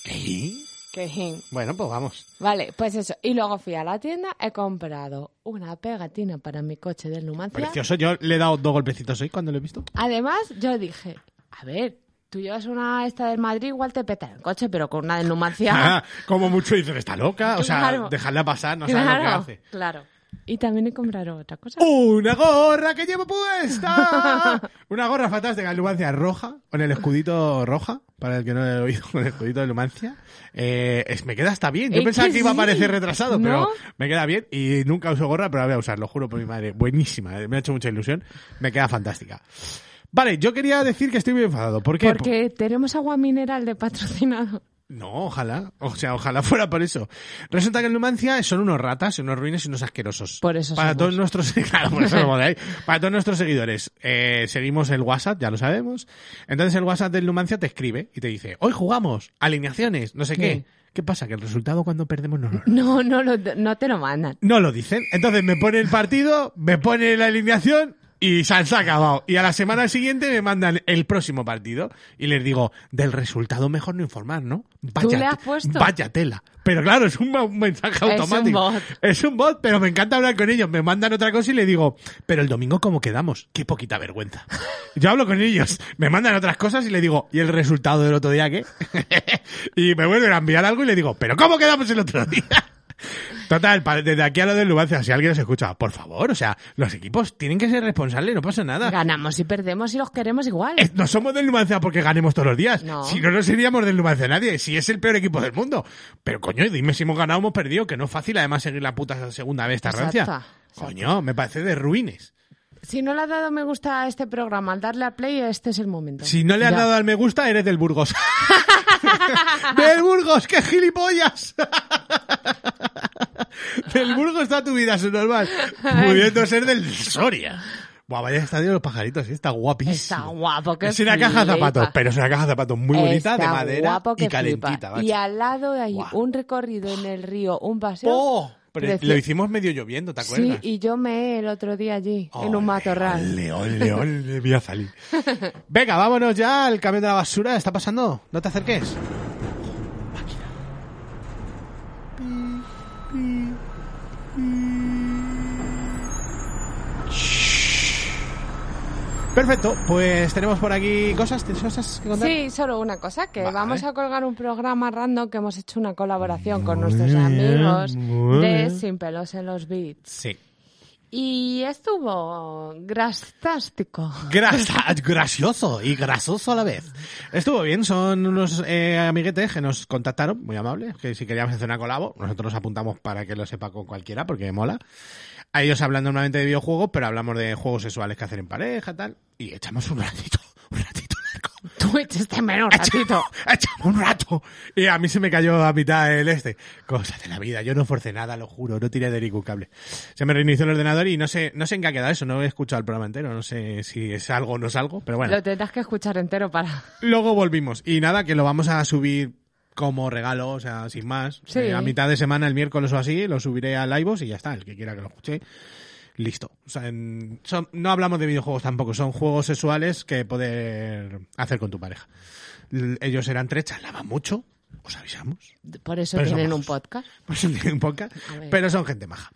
Speaker 9: ¿Sí?
Speaker 4: que-
Speaker 9: Bueno, pues vamos.
Speaker 4: Vale, pues eso. Y luego fui a la tienda, he comprado una pegatina para mi coche del Numancia.
Speaker 3: Precioso, yo le he dado dos golpecitos hoy cuando lo he visto.
Speaker 4: Además, yo dije, a ver, tú llevas una esta del Madrid, igual te peta el coche, pero con una del Numancia...
Speaker 3: Ah, como mucho dicen, está loca. O sea,
Speaker 4: Claro.
Speaker 3: dejarla pasar, no sabe lo que
Speaker 4: claro,
Speaker 3: hace. Uh,
Speaker 4: claro. Y también he comprado otra cosa.
Speaker 3: ¡Una gorra que llevo puesta! Una gorra fantástica de Lumancia roja, con el escudito roja, para el que no lo he oído, con el escudito de Lumancia. Eh, es- me queda hasta bien. Yo
Speaker 4: Es
Speaker 3: pensaba
Speaker 4: que
Speaker 3: que iba a
Speaker 4: sí,
Speaker 3: parecer retrasado, pero
Speaker 4: ¿no?
Speaker 3: me queda bien. Y nunca uso gorra, pero la voy a usar, lo juro por mi madre. Buenísima, eh, me ha hecho mucha ilusión. Me queda fantástica. Vale, yo quería decir que estoy muy enfadado. ¿Por qué?
Speaker 4: Porque tenemos agua mineral de patrocinado.
Speaker 3: No, ojalá. O sea, ojalá fuera por eso. Resulta que en Numancia son unos ratas, unos ruines y unos asquerosos.
Speaker 4: Por eso
Speaker 3: Para
Speaker 4: somos.
Speaker 3: todos nuestros, claro, por eso somos de ahí. Para todos nuestros seguidores. eh, seguimos el WhatsApp, ya lo sabemos. Entonces el WhatsApp del Numancia te escribe y te dice, hoy jugamos, alineaciones, no sé qué.
Speaker 4: Sí.
Speaker 3: ¿Qué pasa? Que el resultado cuando perdemos no lo
Speaker 4: No, no, lo- no te lo mandan.
Speaker 3: no lo dicen. Entonces me pone el partido, me pone la alineación y salsa acabado. Y a la semana siguiente me mandan el próximo partido y les digo, del resultado mejor no informar, ¿no? Vaya,
Speaker 4: le
Speaker 3: te-
Speaker 4: has puesto?
Speaker 3: vaya tela. Pero claro, es un, ma- un mensaje
Speaker 4: un
Speaker 3: automático.
Speaker 4: bot.
Speaker 3: Es un bot, pero me encanta hablar con ellos. Me mandan otra cosa y le digo, pero el domingo cómo quedamos. Qué poquita vergüenza. Yo hablo con ellos, me mandan otras cosas y le digo, ¿y el resultado del otro día qué? y me vuelven a enviar algo y le digo, ¿pero cómo quedamos el otro día? Total, pa- desde aquí a lo del Numancia, si alguien nos escucha, por favor, o sea, los equipos tienen que ser responsables, no pasa nada.
Speaker 4: Ganamos y perdemos y los queremos igual.
Speaker 3: Eh, No somos del Numancia porque ganemos todos los días.
Speaker 4: No.
Speaker 3: Si no, no seríamos del Numancia nadie. Si es el peor equipo del mundo. Pero coño, dime si hemos ganado o hemos perdido, que no es fácil además seguir la puta segunda vez esta
Speaker 4: Exacto,
Speaker 3: rancia.
Speaker 4: exacto.
Speaker 3: Coño, me parece de ruines.
Speaker 4: Si no le has dado me gusta a este programa, al darle a play, este es el momento.
Speaker 3: Si no le has
Speaker 4: Ya.
Speaker 3: dado al me gusta, eres del Burgos. ¡Del Burgos! ¡Qué gilipollas! del Burgos está tu vida, su normal. Pudiendo ser del Soria. Buah, vaya estadio de los pajaritos, eh, está guapísimo.
Speaker 4: Está guapo, que
Speaker 3: Es una caja de
Speaker 4: flipas.
Speaker 3: zapatos, pero es una caja de zapatos muy bonita, de
Speaker 4: Está
Speaker 3: madera
Speaker 4: guapo que
Speaker 3: y calentita.
Speaker 4: flipa.
Speaker 3: macho.
Speaker 4: Y al lado hay
Speaker 3: Guau.
Speaker 4: un recorrido en el río, un paseo.
Speaker 3: ¡Oh! Pero
Speaker 4: Preci-
Speaker 3: lo hicimos medio lloviendo, ¿te
Speaker 4: sí,
Speaker 3: acuerdas?
Speaker 4: y yo me el otro día allí, en un
Speaker 3: Ole,
Speaker 4: matorral.
Speaker 3: Ole, ole, ole, voy a salir. Venga, vámonos ya al camión de la basura. ¿Está pasando? No te acerques. Perfecto, pues tenemos por aquí cosas, ¿tienes cosas que contar?
Speaker 4: Sí, solo una cosa, que
Speaker 3: Vale.
Speaker 4: vamos a colgar un programa random que hemos hecho una colaboración con
Speaker 3: Muy
Speaker 4: nuestros
Speaker 3: bien,
Speaker 4: amigos
Speaker 3: muy
Speaker 4: de
Speaker 3: bien.
Speaker 4: Sin pelos en los beats.
Speaker 3: Sí.
Speaker 4: Y estuvo grastástico.
Speaker 3: Grasa- gracioso y grasoso a la vez. Estuvo bien, son unos eh, amiguetes que nos contactaron, muy amables, que si queríamos hacer una colabo, nosotros nos apuntamos para que lo sepa con cualquiera, porque mola. A ellos hablan normalmente de videojuegos, pero hablamos de juegos sexuales que hacer en pareja, tal, y echamos un ratito, un ratito largo.
Speaker 4: Tú echaste menos ratito.
Speaker 3: Echamos, echamos un rato. Y a mí se me cayó a mitad el este. Cosas de la vida. Yo no forcé nada, lo juro. No tiré de ningún cable. Se me reinició el ordenador y no sé, no sé en qué ha quedado eso. No he escuchado el programa entero. No sé si es algo o no es algo. Pero bueno.
Speaker 4: Lo tendrás que escuchar entero para...
Speaker 3: Luego volvimos. Y nada, que lo vamos a subir como regalo, o sea, sin más.
Speaker 4: Sí.
Speaker 3: Eh, a mitad de semana, el miércoles o así, lo subiré al iVoox y ya está. El que quiera que lo escuche, listo. O sea, en- son- no hablamos de videojuegos tampoco, son juegos sexuales que poder hacer con tu pareja. L- ellos eran tres, charlaban mucho, os avisamos.
Speaker 4: Por eso
Speaker 3: Pero son
Speaker 4: tienen un
Speaker 3: majos.
Speaker 4: podcast.
Speaker 3: Por eso tienen podcast,
Speaker 4: A ver.
Speaker 3: pero son gente maja.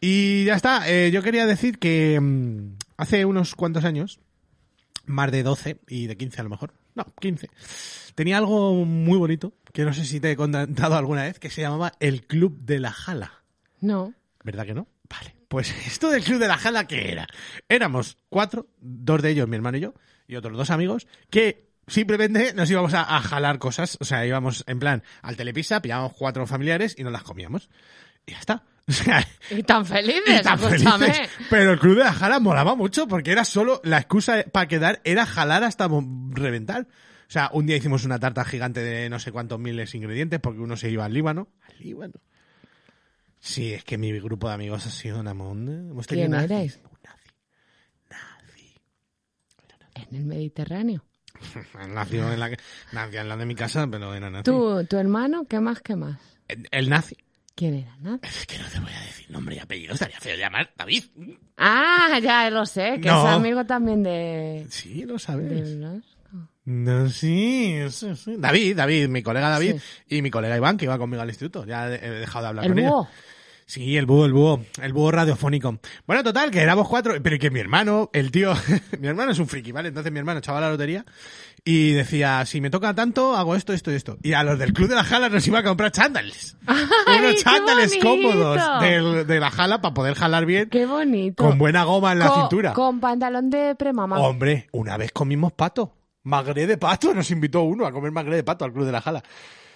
Speaker 3: Y ya está, eh, yo quería decir que mm, hace unos cuantos años, más de 12 y de 15 a lo mejor, no, 15, tenía algo muy bonito, que no sé si te he contado alguna vez, que se llamaba el Club de la Jala.
Speaker 4: No.
Speaker 3: ¿Verdad que no? Vale. Pues esto del Club de la Jala, ¿qué era? Éramos cuatro, dos de ellos, mi hermano y yo, y otros dos amigos, que simplemente nos íbamos a, a jalar cosas. O sea, íbamos en plan al Telepisa, pillábamos cuatro familiares y nos las comíamos. Y ya está. O sea,
Speaker 4: Y tan felices,
Speaker 3: y tan
Speaker 4: escúchame.
Speaker 3: felices. Pero el Club de la Jala molaba mucho porque era solo la excusa para quedar, era jalar hasta mo- reventar. O sea, un día hicimos una tarta gigante de no sé cuántos miles de ingredientes porque uno se iba al Líbano. ¿Al Líbano? Sí, es que mi grupo de amigos ha sido una monda. Hemos tenido
Speaker 4: ¿Quién
Speaker 3: nazis.
Speaker 4: erais?
Speaker 3: Un nazi.
Speaker 4: En el Mediterráneo.
Speaker 3: nació en la, que- nació en la de mi casa, pero era nazi.
Speaker 4: ¿Tú, tu hermano, ¿qué más, qué más?
Speaker 3: El, el nazi.
Speaker 4: ¿Quién era? Nazi?
Speaker 9: Es que no te voy a decir nombre y apellido, estaría feo llamar David.
Speaker 4: Ah, ya lo sé, que
Speaker 3: No.
Speaker 4: es amigo también de...
Speaker 3: Sí, lo
Speaker 4: de
Speaker 3: sabes.
Speaker 4: los-
Speaker 3: No, sí, sí, sí. David, David, mi colega David
Speaker 4: Sí.
Speaker 3: y mi colega Iván, que iba conmigo al instituto. Ya he he dejado de hablar
Speaker 4: El
Speaker 3: con ellos.
Speaker 4: búho.
Speaker 3: Sí, el búho, el búho, el búho radiofónico. Bueno, total, que éramos cuatro, pero que mi hermano, el tío, mi hermano es un friki, ¿vale? Entonces mi hermano echaba la lotería y decía, si me toca tanto, hago esto, esto y esto. Y a los del Club de la Jala nos iba a comprar chándales. Unos
Speaker 4: qué
Speaker 3: chándales
Speaker 4: bonito!
Speaker 3: cómodos del- de, la Jala para poder jalar bien,
Speaker 4: Qué bonito.
Speaker 3: con buena goma en la
Speaker 4: Co-
Speaker 3: cintura. Oh,
Speaker 4: Con pantalón de premamá.
Speaker 3: Hombre, una vez comimos pato. Magre de pato, nos invitó uno a comer magre de pato al Club de la Jala.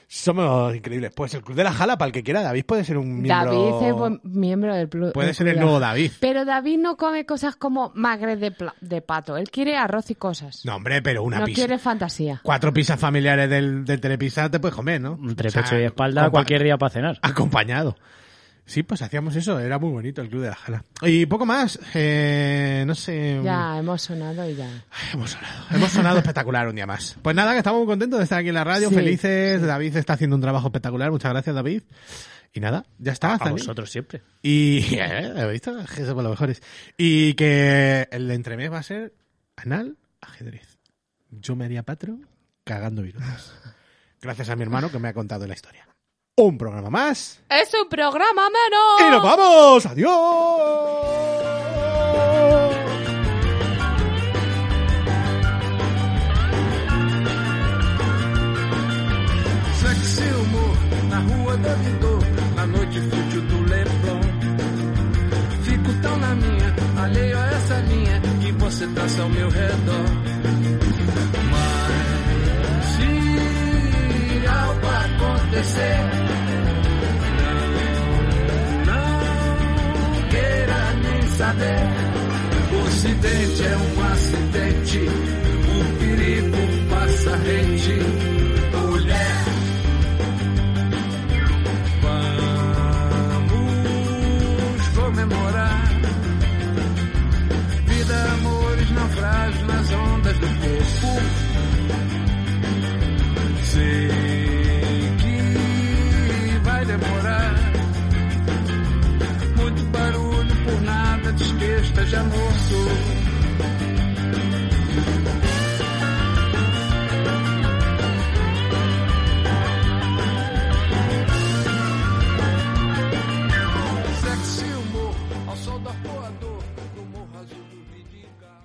Speaker 3: Somos increíbles. Pues el Club de la Jala, para el que quiera, David puede ser un miembro...
Speaker 4: David es buen miembro del club.
Speaker 3: Puede
Speaker 4: del
Speaker 3: ser el
Speaker 4: club.
Speaker 3: nuevo David.
Speaker 4: Pero David no come cosas como magres de, pla- de pato. Él quiere arroz y cosas.
Speaker 3: No, hombre, pero una
Speaker 4: No
Speaker 3: pizza.
Speaker 4: quiere fantasía.
Speaker 3: Cuatro pizzas familiares del, del telepizza te puedes comer, ¿no?
Speaker 5: Entre
Speaker 3: O sea,
Speaker 5: pecho y espalda,
Speaker 3: compa- Ah,
Speaker 5: cualquier día para cenar.
Speaker 3: Acompañado. Sí, pues hacíamos eso. Era muy bonito el Club de la Jala. Y poco más. Eh, no sé...
Speaker 4: Ya, hemos sonado y ya.
Speaker 3: Ay, hemos sonado. Hemos sonado espectacular un día más. Pues nada, que estamos muy contentos de estar aquí en la radio,
Speaker 4: Sí,
Speaker 3: felices. David está haciendo un trabajo espectacular. Muchas gracias, David. Y nada, ya está. hasta
Speaker 5: A
Speaker 3: aquí.
Speaker 5: vosotros siempre.
Speaker 3: Y... ¿eh? ¿Habéis visto? Es que somos los mejores. Y que el entremés va a ser anal ajedrez. Yo me haría patro cagando virutas. Gracias a mi hermano que me ha contado la historia. Un programa más.
Speaker 4: ¡Es un programa
Speaker 3: ¡Y
Speaker 4: menos!
Speaker 3: nos vamos! ¡Adiós!
Speaker 6: Sexy humor na rua da Vidor, na noite fútil do Leblon. Fico tão na minha, alheio a essa linha que você traça ao meu redor. Mas se algo acontecer, não, não queira nem saber. O acidente é um acidente, o perigo passa rente, mulher. Vamos comemorar. Vida, amores, naufrágios nas ondas do corpo. Sei que vai demorar. Muito barulho por nada, desqueça já morto. Sexy humor, ao sol do arpoador, no morro azul do Vidigal.